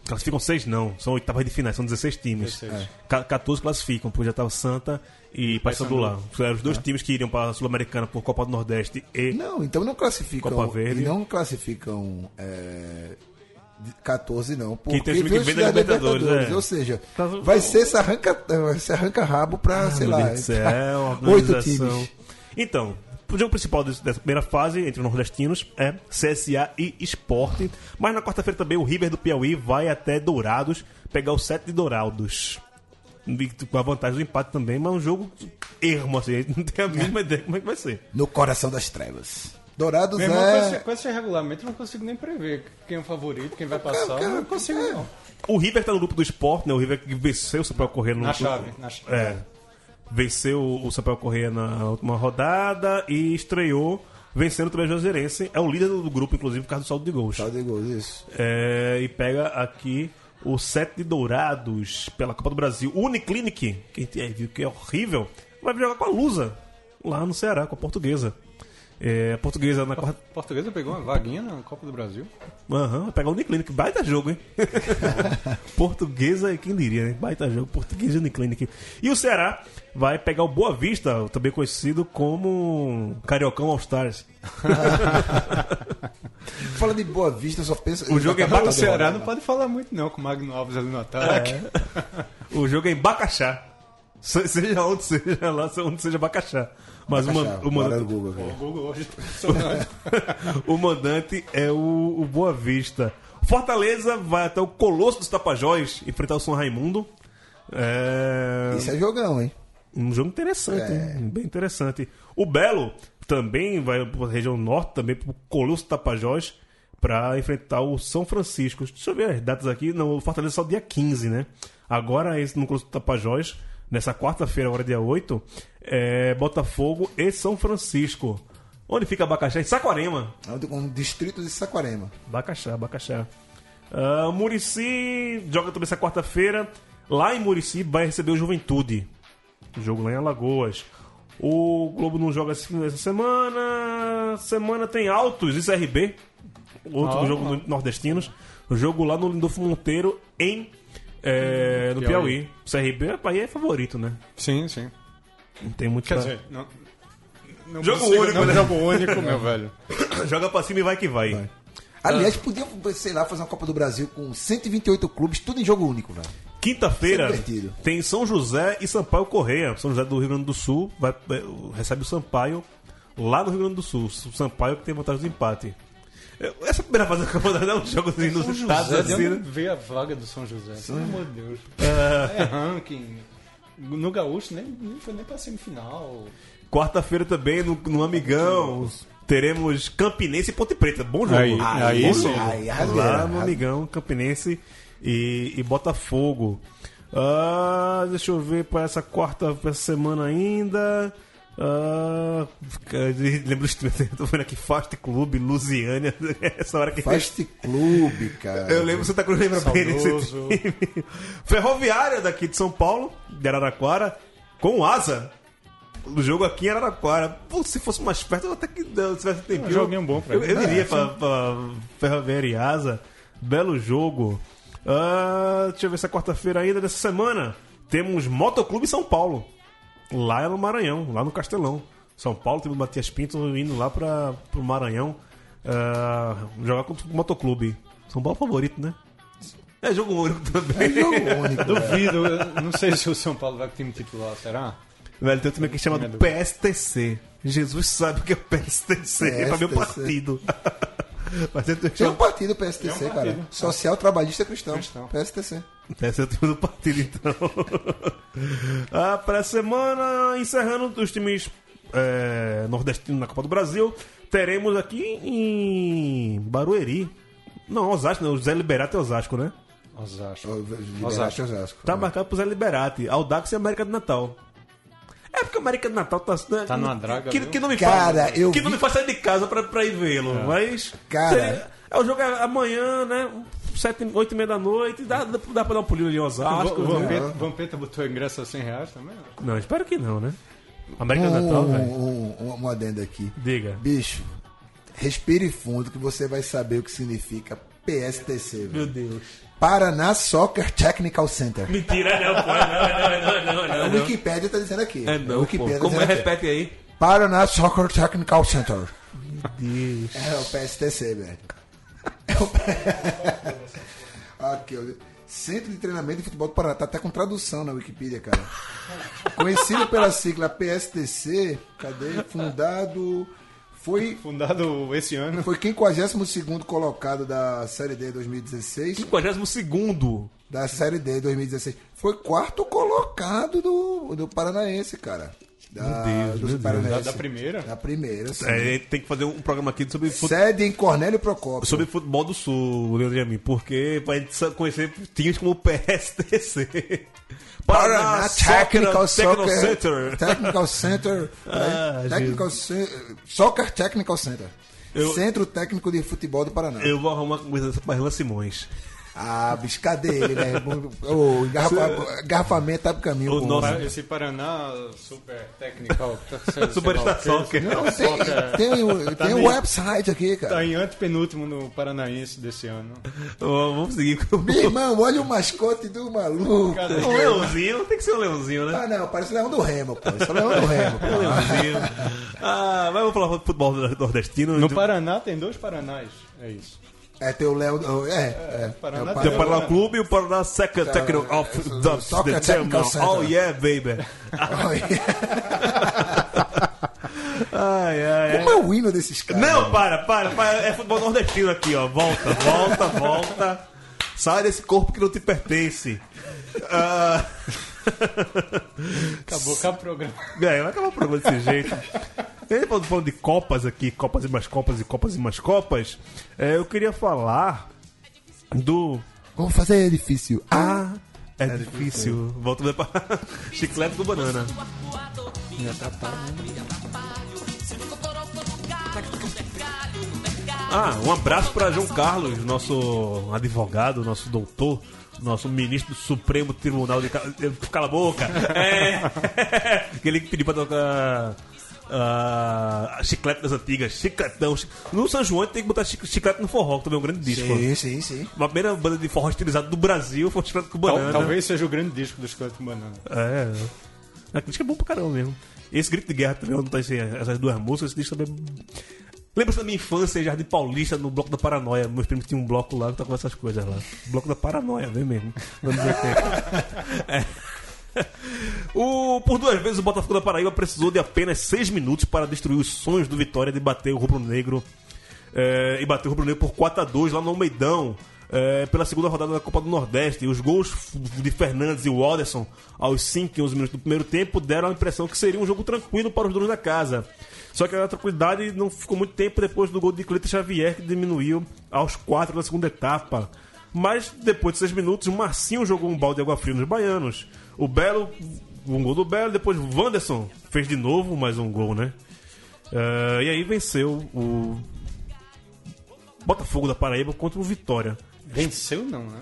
Speaker 1: Classificam seis, não. São oitavas de finais, são 16 times.
Speaker 3: 16. É.
Speaker 1: Ca- 14 classificam, porque já estava Santa e Paysandu lá. Eram os dois
Speaker 2: É.
Speaker 1: times que iriam para a Sul-Americana por Copa do Nordeste e.
Speaker 2: Não, então não classificam.
Speaker 1: Copa Verde.
Speaker 2: E não classificam é, de 14, não.
Speaker 1: Quem
Speaker 2: Porque
Speaker 1: tem time que
Speaker 2: vem os
Speaker 1: vem da
Speaker 2: da
Speaker 1: Libertadores, é.
Speaker 2: Ou seja,
Speaker 1: Tá-
Speaker 2: vai ser esse arranca, vai ser arranca rabo pra, sei
Speaker 1: Ah, Meu
Speaker 2: lá, é tipo,
Speaker 1: Deus do céu, a
Speaker 2: oito
Speaker 1: organização.
Speaker 2: times.
Speaker 1: Então, o jogo principal desse- dessa primeira fase entre os nordestinos é CSA e Sport. Mas na quarta-feira também o River do Piauí vai até Dourados pegar o set de Dourados. E Com a vantagem do empate também, mas é um jogo ermo, assim, a gente não tem a mínima ideia como é que vai ser.
Speaker 2: No coração das trevas. Dourados
Speaker 3: Meu irmão, com, esse,
Speaker 2: é...
Speaker 3: com esse regulamento eu não consigo nem prever quem é o favorito, quem vai passar.
Speaker 2: cara,
Speaker 3: eu não consigo,
Speaker 2: é.
Speaker 3: não.
Speaker 1: O River tá no grupo do Sport, né? O River que venceu o Sampaio Correia no
Speaker 3: Na chave, na chave.
Speaker 1: É. Venceu o Sampaio Correia na última rodada e estreou vencendo também o Juazeirense. É o líder do grupo, inclusive, por causa do saldo de gols.
Speaker 2: Saldo Tá de gols, isso.
Speaker 1: É, e pega aqui o set de Dourados pela Copa do Brasil. O Uniclinic, quem tem aí viu que é horrível, vai jogar com a Lusa, lá no Ceará, com a portuguesa. É, a portuguesa na quarta.
Speaker 3: A portuguesa pegou uma vaguinha na Copa do Brasil.
Speaker 1: Aham, vai pegar o Uniclinic, baita jogo, hein? portuguesa, quem diria, né? Baita jogo, portuguesa e Uniclinic. E o Ceará vai pegar o Boa Vista, também conhecido como Cariocão All Stars.
Speaker 2: Fala de Boa Vista, eu só penso...
Speaker 1: O jogo é
Speaker 2: Acabou
Speaker 1: Tá
Speaker 3: O
Speaker 2: a
Speaker 3: Ceará
Speaker 2: derrota.
Speaker 3: não pode falar muito, não, com o Magno Alves ali no ataque.
Speaker 1: É. O jogo é em Bacaxá. Se- Seja onde seja, lá se- onde seja Bacaxá. Mas o, man-
Speaker 2: Achar,
Speaker 1: o,
Speaker 2: bora no
Speaker 1: mandante,
Speaker 2: Google, velho.
Speaker 3: O Google hoje tá funcionando.
Speaker 1: o mandante é o, o Boa Vista. Fortaleza vai até o Colosso dos Tapajós enfrentar o São Raimundo. É...
Speaker 2: Isso é jogão, hein?
Speaker 1: Um jogo interessante, hein? bem interessante. O Belo também vai para a região norte, também para o Colosso Tapajós, para enfrentar o São Francisco. Deixa eu ver as datas aqui. Não, o Fortaleza só dia 15, né? Agora, esse no Colosso Tapajós, nessa quarta-feira, agora dia 8, é Botafogo e São Francisco. Onde fica Abacaxá? Em Saquarema.
Speaker 2: É um- Um distrito de Saquarema.
Speaker 1: Abacaxá, Abacaxá. Ah, Murici joga também essa quarta-feira. Lá em Murici vai receber o Juventude. O jogo lá em Alagoas. O Globo não joga esse fim dessa semana. Semana tem Altos e CRB. Outro
Speaker 3: Ah,
Speaker 1: jogo
Speaker 3: ah.
Speaker 1: do nordestinos. O jogo lá no Lindolfo Monteiro em, eh, no Piauí.
Speaker 3: Piauí.
Speaker 1: CRB, Bahia é favorito, né?
Speaker 3: Sim, sim.
Speaker 1: Não tem muito
Speaker 3: Quer
Speaker 1: pra-
Speaker 3: dizer, não. não
Speaker 1: Tá. Jogo
Speaker 3: consigo,
Speaker 1: único,
Speaker 3: não,
Speaker 1: né?
Speaker 3: Jogo único, meu velho.
Speaker 1: Joga pra cima e vai que vai.
Speaker 2: Aliás,
Speaker 1: Ah.
Speaker 2: podia, sei lá, fazer uma Copa do Brasil com 128 clubes, tudo em jogo único, velho.
Speaker 1: Quinta-feira
Speaker 2: Isso é divertido.
Speaker 1: tem São José e Sampaio Correia. São José do Rio Grande do Sul vai, é, recebe o Sampaio lá no Rio Grande do Sul. O Sampaio que tem vantagem de empate. É, Essa primeira fase da Copa é um jogo assim, nos estados
Speaker 3: José, um
Speaker 1: assim,
Speaker 3: de
Speaker 1: né?
Speaker 3: onde veio a vaga do São José? Pelo amor de Deus. É ranking. No Gaúcho nem, nem foi nem pra semifinal.
Speaker 1: Quarta-feira também no, no Amigão teremos Campinense e Ponte Preta. Bom jogo.
Speaker 3: Aí, aí
Speaker 1: bom
Speaker 3: sim.
Speaker 1: jogo.
Speaker 2: Aí, arraseira,
Speaker 1: Lá no
Speaker 2: arraseira.
Speaker 1: Amigão, Campinense e, e Botafogo. Ah, deixa eu ver para essa quarta pra essa semana ainda. Ah, fica- lembro os times, eu tô vendo aqui Fast Clube, Lusiânia, essa hora que
Speaker 2: Fast Clube, cara.
Speaker 1: eu lembro, Santa Cruz lembra bem desse
Speaker 3: Saudoso.
Speaker 1: time. Ferroviária daqui de São Paulo, de Araraquara, com asa. O jogo aqui em Araraquara. Pô, se fosse mais perto, eu até que não, se tivesse um tempinho.
Speaker 3: Um joguinho bom pra
Speaker 1: Eu,
Speaker 3: ele.
Speaker 1: eu
Speaker 3: É,
Speaker 1: diria pra, pra Ferroviária e asa. Belo jogo. Ah, deixa eu ver se é quarta-feira ainda dessa semana. Temos Motoclube São Paulo. Lá é no Maranhão, lá no Castelão. São Paulo, temos Matias Pinto indo lá para pro Maranhão ah, jogar contra o Motoclube. São Paulo é favorito, né? É jogo único também.
Speaker 2: Jogo único.
Speaker 3: Duvido, eu não sei se o São Paulo vai com o time titular, será?
Speaker 1: Velho, tem um time aqui chamado
Speaker 3: Medo.
Speaker 1: PSTC. Jesus sabe o que é o PSTC. É pra meu
Speaker 2: PSTC.
Speaker 1: partido. Mas eu tenho que
Speaker 2: Tem um
Speaker 1: chamar
Speaker 2: partido PSTC, cara. Social Trabalhista Cristão.
Speaker 3: Cristão.
Speaker 2: PSTC.
Speaker 1: Esse é o time do partido, então. ah, pra semana, encerrando os times é, nordestinos na Copa do Brasil, teremos aqui em Barueri. Não, Osasco, não. O Zé Liberato é Osasco, né?
Speaker 3: Osasco.
Speaker 2: Liberaste Osasco. né?
Speaker 3: É.
Speaker 1: Tá marcado pro Zé Liberati, Aldax e América do Natal. É porque a América do Natal tá.
Speaker 3: Tá numa draga,
Speaker 1: Que,
Speaker 3: viu? É.
Speaker 1: que não me
Speaker 2: Cara,
Speaker 1: faz,
Speaker 2: eu
Speaker 1: Que não
Speaker 2: vi-
Speaker 1: me faz sair de casa pra, pra ir vê-lo. Mas.
Speaker 2: Cara.
Speaker 1: seria- é, o jogo é amanhã, né? Sete, oito e meia da noite. Dá, dá pra dar um pulinho ali em Osasco. né?
Speaker 3: O Vampeta, Vampeta botou ingresso a 100 reais também?
Speaker 1: Não, espero que não, né? América do
Speaker 2: Um,
Speaker 1: Natal, velho.
Speaker 2: um, um, um adendo aqui.
Speaker 1: Diga.
Speaker 2: Bicho, respire fundo que você vai saber o que significa PSTC. velho.
Speaker 1: Meu Deus.
Speaker 2: Paraná Soccer Technical Center.
Speaker 1: Mentira, não, pô. Não, não, não,
Speaker 2: A
Speaker 1: não, não.
Speaker 2: Wikipédia tá dizendo aqui.
Speaker 1: É não, pô.
Speaker 2: Wikipédia
Speaker 1: Como é?
Speaker 2: dizendo aqui.
Speaker 1: Repete aí.
Speaker 2: Paraná Soccer Technical Center. É o PSTC, velho. É o P- Aqui, ó. Centro de Treinamento de Futebol do Paraná. Tá até com tradução na Wikipedia, cara. Conhecido pela sigla PSTC, cadê? Fundado. Foi,
Speaker 3: Fundado esse ano.
Speaker 2: foi 52 colocado da Série D 2016.
Speaker 1: 52
Speaker 2: Da Série D 2016. Foi quarto colocado do, do Paranaense, cara. Da,
Speaker 1: Deus,
Speaker 2: dos
Speaker 1: meu Deus.
Speaker 2: Paranaense.
Speaker 3: Da- da primeira?
Speaker 2: Da primeira, sim.
Speaker 1: É, tem que fazer um programa aqui sobre futebol.
Speaker 2: Sede em Cornélio Procópio.
Speaker 1: Sobre futebol do sul, Leandro e a mim, porque pra gente sa- conhecer times como o PSTC.
Speaker 2: Paraná Technical
Speaker 1: Soccer-
Speaker 2: Soccer
Speaker 1: Techno Center.
Speaker 2: Technical Center.
Speaker 1: Ah,
Speaker 2: né? Technical Cen- Soccer Technical Center.
Speaker 1: Eu-
Speaker 2: Centro Técnico de Futebol do Paraná.
Speaker 1: Eu vou arrumar uma coisa dessa pra Rila Simões.
Speaker 2: Ah, bicho, cadê ele, né? O engarrafa- engarrafamento tá pro caminho.
Speaker 1: O
Speaker 2: pô.
Speaker 1: nosso-
Speaker 3: Para- Esse Paraná super technical. tá sei- sei
Speaker 1: Super
Speaker 3: lá o quê,
Speaker 1: Soccer. é-
Speaker 3: sei lá,
Speaker 2: Não, tem,
Speaker 3: soccer.
Speaker 2: tem, o-
Speaker 3: Tá
Speaker 2: tem um
Speaker 3: meio-
Speaker 2: website aqui,
Speaker 3: Tá
Speaker 2: cara.
Speaker 3: em antepenúltimo no Paranaense desse ano.
Speaker 1: Ó, Vamos seguir com o
Speaker 2: Meu irmão, olha o mascote do maluco.
Speaker 3: Cadê?
Speaker 1: Um leãozinho, tem que ser um leãozinho, né?
Speaker 2: Ah, não, parece Leão do Remo, pô. Isso é Leão do Remo,
Speaker 1: Um
Speaker 2: pô.
Speaker 1: leãozinho. Ah, mas vamos falar do futebol nordestino.
Speaker 3: No
Speaker 1: Do-
Speaker 3: Paraná tem dois Paranás. É isso.
Speaker 2: É, tem o Leão... É, é. é o
Speaker 3: Paraná
Speaker 1: Tem o
Speaker 2: Paraná.
Speaker 1: Paraná Clube e o Paraná Second Technical of
Speaker 2: Soccer
Speaker 1: the
Speaker 2: Technical
Speaker 1: German.
Speaker 2: Center.
Speaker 1: Oh yeah, baby. Ai, ai, ai.
Speaker 2: Como é o hino desses caras?
Speaker 1: Não, para, para, para. É futebol nordestino aqui, ó. Volta, volta, volta. Sai desse corpo que não te pertence. Ah,
Speaker 3: Acabou com o programa.
Speaker 1: é, vai acabar o programa desse jeito. Ele falando, falando de copas aqui, copas e mais copas e copas e mais copas. é, eu queria falar do.
Speaker 2: Vamos fazer é difícil. Ah,
Speaker 1: Ah, é, difícil. Volta pra chiclete com banana. Ah, um abraço para João Carlos, nosso advogado, nosso doutor, nosso ministro do Supremo Tribunal de Ca- Cala a boca. É. Ele que pediu para tocar ah, a chiclete das antigas, chicletão. chi- No São João tem que botar chi- chiclete no forró, que também é um grande disco.
Speaker 2: sim, sim, sim.
Speaker 1: Uma primeira banda de forró estilizado do Brasil foi o Chiclete com Banana.
Speaker 3: Talvez seja o grande disco do Esqueleto com Banana.
Speaker 1: É. A crítica é bom pra caramba mesmo. Esse grito de guerra também, onde tá esse- essas duas músicas, esse disco também. Lembra-se da minha infância em Jardim Paulista, no Bloco da Paranoia. Meus primos tinham um bloco lá que tava com essas coisas lá. Bloco da Paranoia, vem mesmo. Anos 80. É. O, por duas vezes o Botafogo da Paraíba precisou de apenas seis minutos para destruir os sonhos do Vitória de bater o Rubro Negro. é, e bater o Rubro Negro por 4x2 lá no Almeidão. é, pela segunda rodada da Copa do Nordeste. E os gols f- de Fernandes e Waderson aos 5 e 11 minutos do primeiro tempo deram a impressão que seria um jogo tranquilo para os donos da casa. Só que a tranquilidade não ficou muito tempo depois do gol de Cleiton Xavier, que diminuiu aos 4 da segunda etapa. Mas depois de seis minutos, o Marcinho jogou um balde de água fria nos baianos. O Belo, um gol do Belo, depois o Wanderson fez de novo mais um gol, né? Eh, e aí venceu o Botafogo da Paraíba contra o Vitória.
Speaker 3: Venceu não, né?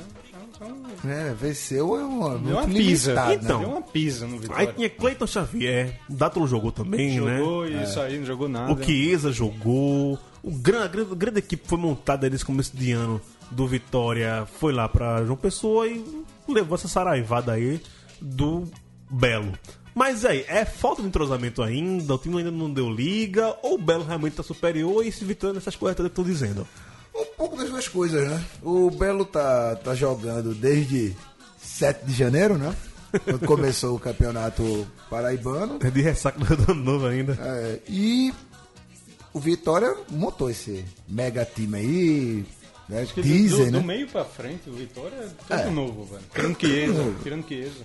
Speaker 3: Então,
Speaker 2: É, venceu é um,
Speaker 3: Deu uma
Speaker 2: muito
Speaker 3: pisa.
Speaker 2: limitado, né?
Speaker 1: Então.
Speaker 3: Deu uma pisa no
Speaker 1: Aí
Speaker 3: Vitória.
Speaker 1: tinha Cleiton Xavier, Dátolo jogou também, né?
Speaker 3: Jogou e isso aí, não jogou nada.
Speaker 1: O Chiesa jogou. O gran, a, grande, a grande equipe que foi montada nesse começo de ano do Vitória. Foi lá pra João Pessoa e levou essa saraivada aí do Belo. Mas aí, é falta de entrosamento ainda? O time ainda não deu liga? Ou o Belo realmente tá superior e se evitando essas coisas todas que eu tô dizendo?
Speaker 2: Um pouco das duas coisas, né? O Belo tá, tá jogando desde 7 de janeiro, né? Quando começou o campeonato paraibano.
Speaker 1: É de ressaca do ano novo ainda.
Speaker 2: É, e o Vitória montou esse mega time aí. Né?
Speaker 3: Porque do- do,
Speaker 2: Dizem,
Speaker 3: do
Speaker 2: né?
Speaker 3: meio pra frente, o Vitória é todo novo, velho. Tirando Chiesa, tirando Chiesa.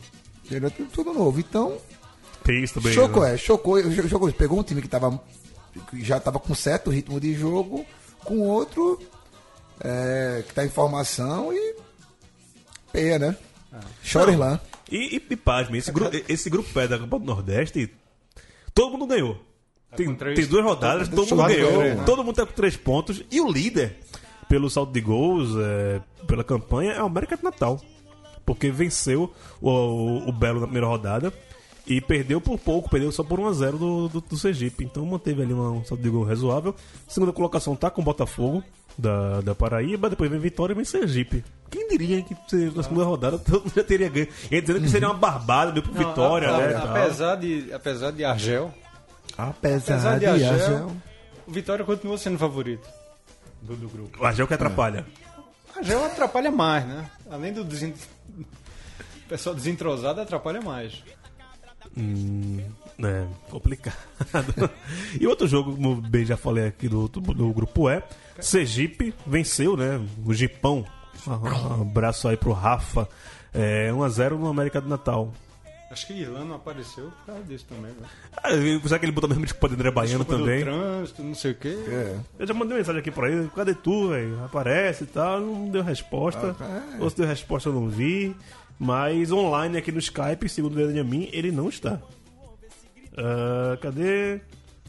Speaker 2: Era tudo- Tudo novo. Então,
Speaker 1: Tem isso também.
Speaker 2: Chocou,
Speaker 1: né?
Speaker 2: é, chocou, jo- jogou, pegou um time que tava, que já estava com certo ritmo de jogo, com outro é, que tá em formação e peia, né?
Speaker 1: É.
Speaker 2: Chora Irlã.
Speaker 1: E, e, e pasme, esse, gru, esse grupo é da Copa do Nordeste, todo mundo ganhou. Tem,
Speaker 3: É com três-
Speaker 1: tem duas rodadas, todo, mundo
Speaker 2: lado
Speaker 1: ganhou.
Speaker 2: ganhou, né?
Speaker 1: Todo mundo tá com três pontos. E o líder, pelo saldo de gols, é, pela campanha, é o América de Natal. Porque venceu o, o, o Belo na primeira rodada e perdeu por pouco, perdeu só por 1x0 do, do, do Sergipe. Então manteve ali uma- um saldo de gol razoável. Segunda colocação tá com o Botafogo. da, da Paraíba, depois vem Vitória e vem Sergipe. Quem diria que se- na segunda rodada todo mundo já teria ganho? E dizendo que seria uma barbada, deu pro Vitória,
Speaker 3: a- a-
Speaker 1: né? tal.
Speaker 3: apesar, de, apesar de Argel,
Speaker 2: Apesar,
Speaker 3: apesar
Speaker 2: de
Speaker 3: de
Speaker 2: Argel.
Speaker 3: Argel, o Vitória continua sendo favorito do, do grupo.
Speaker 1: é O Argel que atrapalha.
Speaker 3: Argel atrapalha mais, né? Além do desen... o pessoal desentrosado atrapalha mais.
Speaker 1: É, complicado. e outro jogo, como bem já falei aqui do, do, do grupo E, Sergipe venceu, né? O Gipão. Um abraço aí pro Rafa. É, 1x0 no América do Natal.
Speaker 3: Acho que Irlanda não apareceu por causa disso também. Né?
Speaker 1: Ah, e será que ele botou mesmo de Padre André é Baiano
Speaker 3: Culpa do
Speaker 1: também? É.
Speaker 3: trânsito, não sei o quê.
Speaker 1: Eu já mandei mensagem aqui pra ele, cadê tu, velho? Aparece e tal, não deu resposta. Ou se deu resposta eu não vi. Mas online aqui no Skype, segundo o Benjamin, ele não está. Ah, cadê?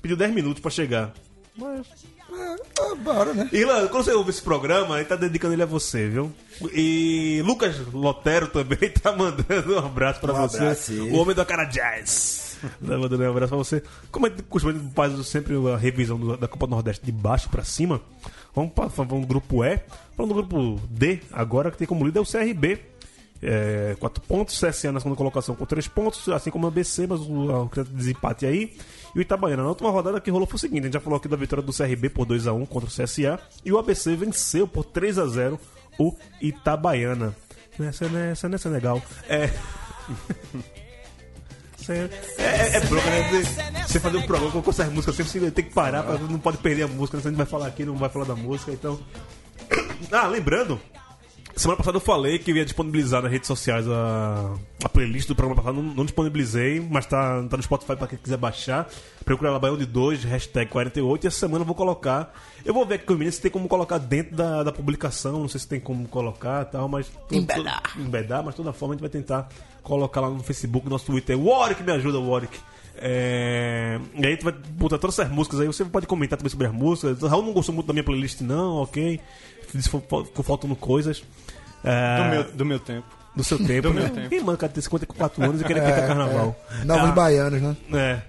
Speaker 1: Pediu 10 minutos pra chegar. Mas
Speaker 2: Ah, bora, né?
Speaker 1: Irlan, quando você ouve esse programa, ele tá dedicando ele a você, viu? E Lucas Lotero também tá mandando um abraço pra
Speaker 2: Um
Speaker 1: você.
Speaker 2: abraço, sim.
Speaker 1: o homem do cara jazz. Tá mandando um abraço pra você. Como a gente costuma fazer sempre a revisão do- da Copa do Nordeste de baixo pra cima, vamos pra, vamos do grupo E. Falando do grupo D, agora que tem como líder é o CRB. É, quatro pontos, CSA na segunda colocação com três pontos, assim como a BC, mas o, o tá desempate aí. E o Itabaiana, na última rodada que rolou foi o seguinte: a gente já falou aqui da vitória do CRB por 2x1 contra o CSA, e o ABC venceu por 3x0 o Itabaiana. Nessa, nessa, nessa é legal. É. É, é, é bronca, né? Você fazer um programa com essas músicas, sempre você tem que parar, pra- não pode perder a música, né? a gente vai falar aqui, não vai falar da música, então. Ah, lembrando, Semana passada eu falei que eu ia disponibilizar nas redes sociais a, a playlist do programa passado. Não, não disponibilizei, mas tá, tá no Spotify pra quem quiser baixar. Procura lá Baião de 2, hashtag 48. E essa semana eu vou colocar. Eu vou ver aqui com o menino se tem como colocar dentro da, da publicação. Não sei se tem como colocar e tal, mas. Embedar. Embedar, mas de toda forma a gente vai tentar colocar lá no Facebook, no nosso Twitter. é Warwick me ajuda, Warwick. É... E aí tu vai botar todas essas músicas aí, você pode comentar também sobre as músicas. Raul não gostou muito da minha playlist, não, ok. Disse que fo- Ficou faltando coisas. É,
Speaker 3: Do, meu, do meu tempo.
Speaker 1: do seu tempo,
Speaker 3: do
Speaker 1: né?
Speaker 3: meu tempo. É,
Speaker 1: Quem manda, cara, tem 54 anos e querer cantar carnaval.
Speaker 2: É, Novos
Speaker 1: Ah,
Speaker 2: baianos, né?
Speaker 1: é.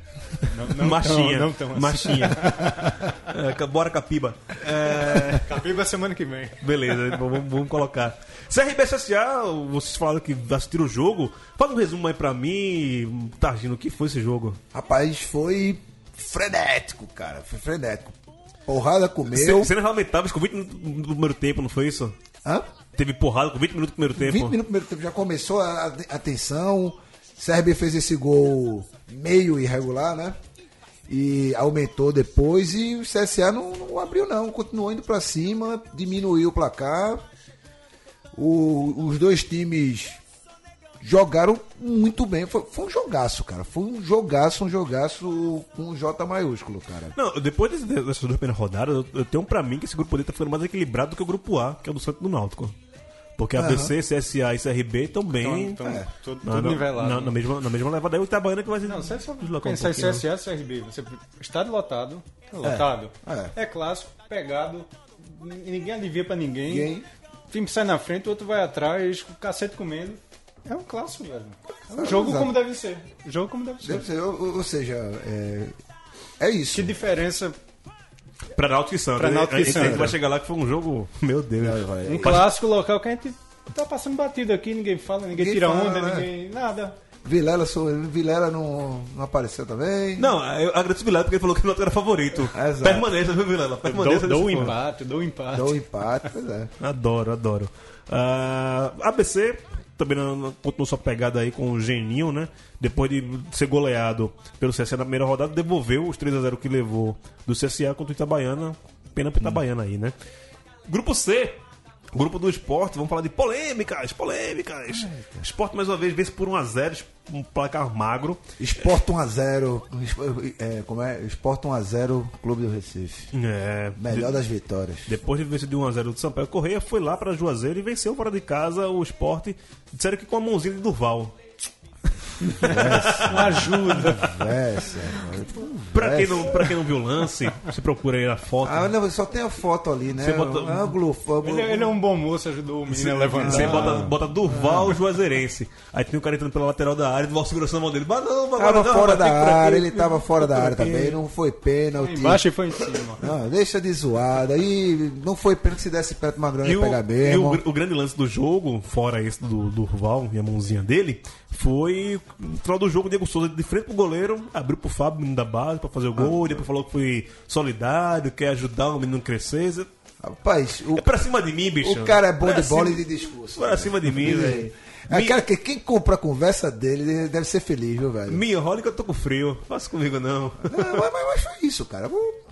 Speaker 3: não
Speaker 1: machinha.
Speaker 3: tão- não tão assim.
Speaker 1: Machinha. É, ca- bora, Capiba. É,
Speaker 3: Capiba semana que vem.
Speaker 1: beleza, v- vamos, vamos colocar. CRB CSA, vocês falaram que assistiram o jogo. Faz um resumo aí pra mim, Targino, o que foi esse jogo?
Speaker 2: Rapaz, foi frenético, cara. Foi frenético. Porrada comeu.
Speaker 1: Eu... Cenas lamentáveis com 20 minutos do primeiro tempo, não foi isso?
Speaker 2: Hã?
Speaker 1: Teve porrada com 20 minutos do primeiro
Speaker 2: 20
Speaker 1: tempo.
Speaker 2: minutos no primeiro tempo já começou a, a tensão. Sérgio fez esse gol meio irregular, né? E aumentou depois e o CSA não, não abriu não, continuou indo pra cima, diminuiu o placar. O- os dois times jogaram muito bem. Foi, foi um jogaço, cara. Foi um jogaço, um jogaço com J maiúsculo, cara.
Speaker 1: Não, depois desse- dessas duas primeiras rodadas, eu, eu tenho pra mim que esse grupo D tá ficando mais equilibrado do que o grupo A, que é o do Santos e do Náutico. Porque ABC, CSA e CRB estão bem.
Speaker 3: Então,
Speaker 2: É.
Speaker 3: tudo,
Speaker 1: na,
Speaker 3: tudo
Speaker 1: na-
Speaker 3: nivelado. né?
Speaker 1: na- na mesma, na mesma levada. Aí o Itabaiana que vai se
Speaker 3: Não, você é só
Speaker 1: deslocar um
Speaker 3: pensar em
Speaker 1: pouquinho.
Speaker 3: CSA, CRB. Você, estádio lotado. Lotado. É, clássico, pegado. n- Ninguém alivia pra ninguém.
Speaker 2: Ninguém.
Speaker 3: O time sai na frente, o outro vai atrás, com o cacete comendo. É um clássico, velho. É um
Speaker 2: É,
Speaker 3: jogo
Speaker 2: exato.
Speaker 3: como deve ser. Jogo como deve ser.
Speaker 2: Deve ser, ou, ou seja, é, é isso.
Speaker 3: Que diferença.
Speaker 1: Pra Náutico e Santos.
Speaker 3: Pra Náutico e
Speaker 1: A gente- A gente
Speaker 3: Santos.
Speaker 1: vai chegar lá que foi um jogo. Meu Deus.
Speaker 2: É.
Speaker 3: Um clássico local que a gente tá passando batido aqui, ninguém fala, ninguém,
Speaker 2: Ninguém
Speaker 3: tira
Speaker 2: fala,
Speaker 3: onda,
Speaker 2: né?
Speaker 3: ninguém. nada.
Speaker 2: Vilela, sou- Vilela não, não apareceu também.
Speaker 1: Não, eu agradeço o Vilela porque ele falou que o Náutico era favorito.
Speaker 2: Exato.
Speaker 1: Permaneça, viu, Vilela?
Speaker 3: Dou,
Speaker 1: Permaneça.
Speaker 3: dou o
Speaker 1: nesse ponto.
Speaker 3: empate, dou o empate.
Speaker 2: Deu um empate, pois é.
Speaker 1: Adoro, adoro. Ah, ABC também na- na- continuou sua pegada aí com o Geninho, né? Depois de ser goleado pelo CSA na primeira rodada, devolveu os 3x0 que levou do CSA contra o Itabaiana. Pena pro Itabaiana aí, né? Grupo C. Grupo do esporte, vamos falar de polêmicas, polêmicas. Esporte mais uma vez vence por 1x0, um placar magro.
Speaker 2: Esporte 1x0. É, como é? Esporte 1x0, Clube do Recife.
Speaker 1: É,
Speaker 2: Melhor das vitórias.
Speaker 1: Depois de vencer de 1x0 do Sampaio Correia, foi lá pra Juazeiro e venceu fora de casa o esporte. Disseram que com a mãozinha de Durval.
Speaker 3: Ajuda.
Speaker 2: conversa. mano.
Speaker 1: Pra quem, não, pra quem não viu o lance, você procura aí a foto.
Speaker 2: É. Ah, não, só tem a foto ali, né?
Speaker 1: Você bota-
Speaker 2: Um Ângulo, fogo.
Speaker 3: Ele, ele é um bom moço, ajudou o menino a levantar.
Speaker 1: Você
Speaker 2: Ah.
Speaker 1: bota, bota Durval Juazeirense. Aí tem o cara entrando pela lateral da área, Durval segurando a mão dele. Mas não, agora
Speaker 2: Tava
Speaker 1: não,
Speaker 2: fora
Speaker 1: vai
Speaker 2: da
Speaker 1: ter que ir pra
Speaker 2: área,
Speaker 1: aqui.
Speaker 2: ele tava fora da área também, não foi pênalti.
Speaker 3: Foi embaixo e foi em cima.
Speaker 2: Não, deixa de zoada. E não foi pênalti se desse perto uma grana
Speaker 1: E,
Speaker 2: ia
Speaker 1: o,
Speaker 2: pegar
Speaker 1: e
Speaker 2: mesmo.
Speaker 1: o gr- o grande lance do jogo, fora esse do, do Durval e a mãozinha dele, foi no final do jogo, o Diego Souza de frente pro goleiro, abriu pro Fábio, menino da base, pra fazer o
Speaker 2: Ah,
Speaker 1: gol. e depois falou que foi solidário, quer ajudar o menino a crescer. Cê-
Speaker 2: Rapaz, o,
Speaker 1: É pra cima de mim, bicho.
Speaker 2: o cara é bom
Speaker 1: Pra
Speaker 2: de bola e
Speaker 1: cima-
Speaker 2: de discurso.
Speaker 1: Pra cima de mim,
Speaker 2: É.
Speaker 1: velho. Me-
Speaker 2: Aquela que quem compra a conversa dele deve ser feliz, viu, velho?
Speaker 1: Me enrola que eu tô com frio. Faça comigo não.
Speaker 2: Não, mas, mas, mas foi isso, cara. Eu-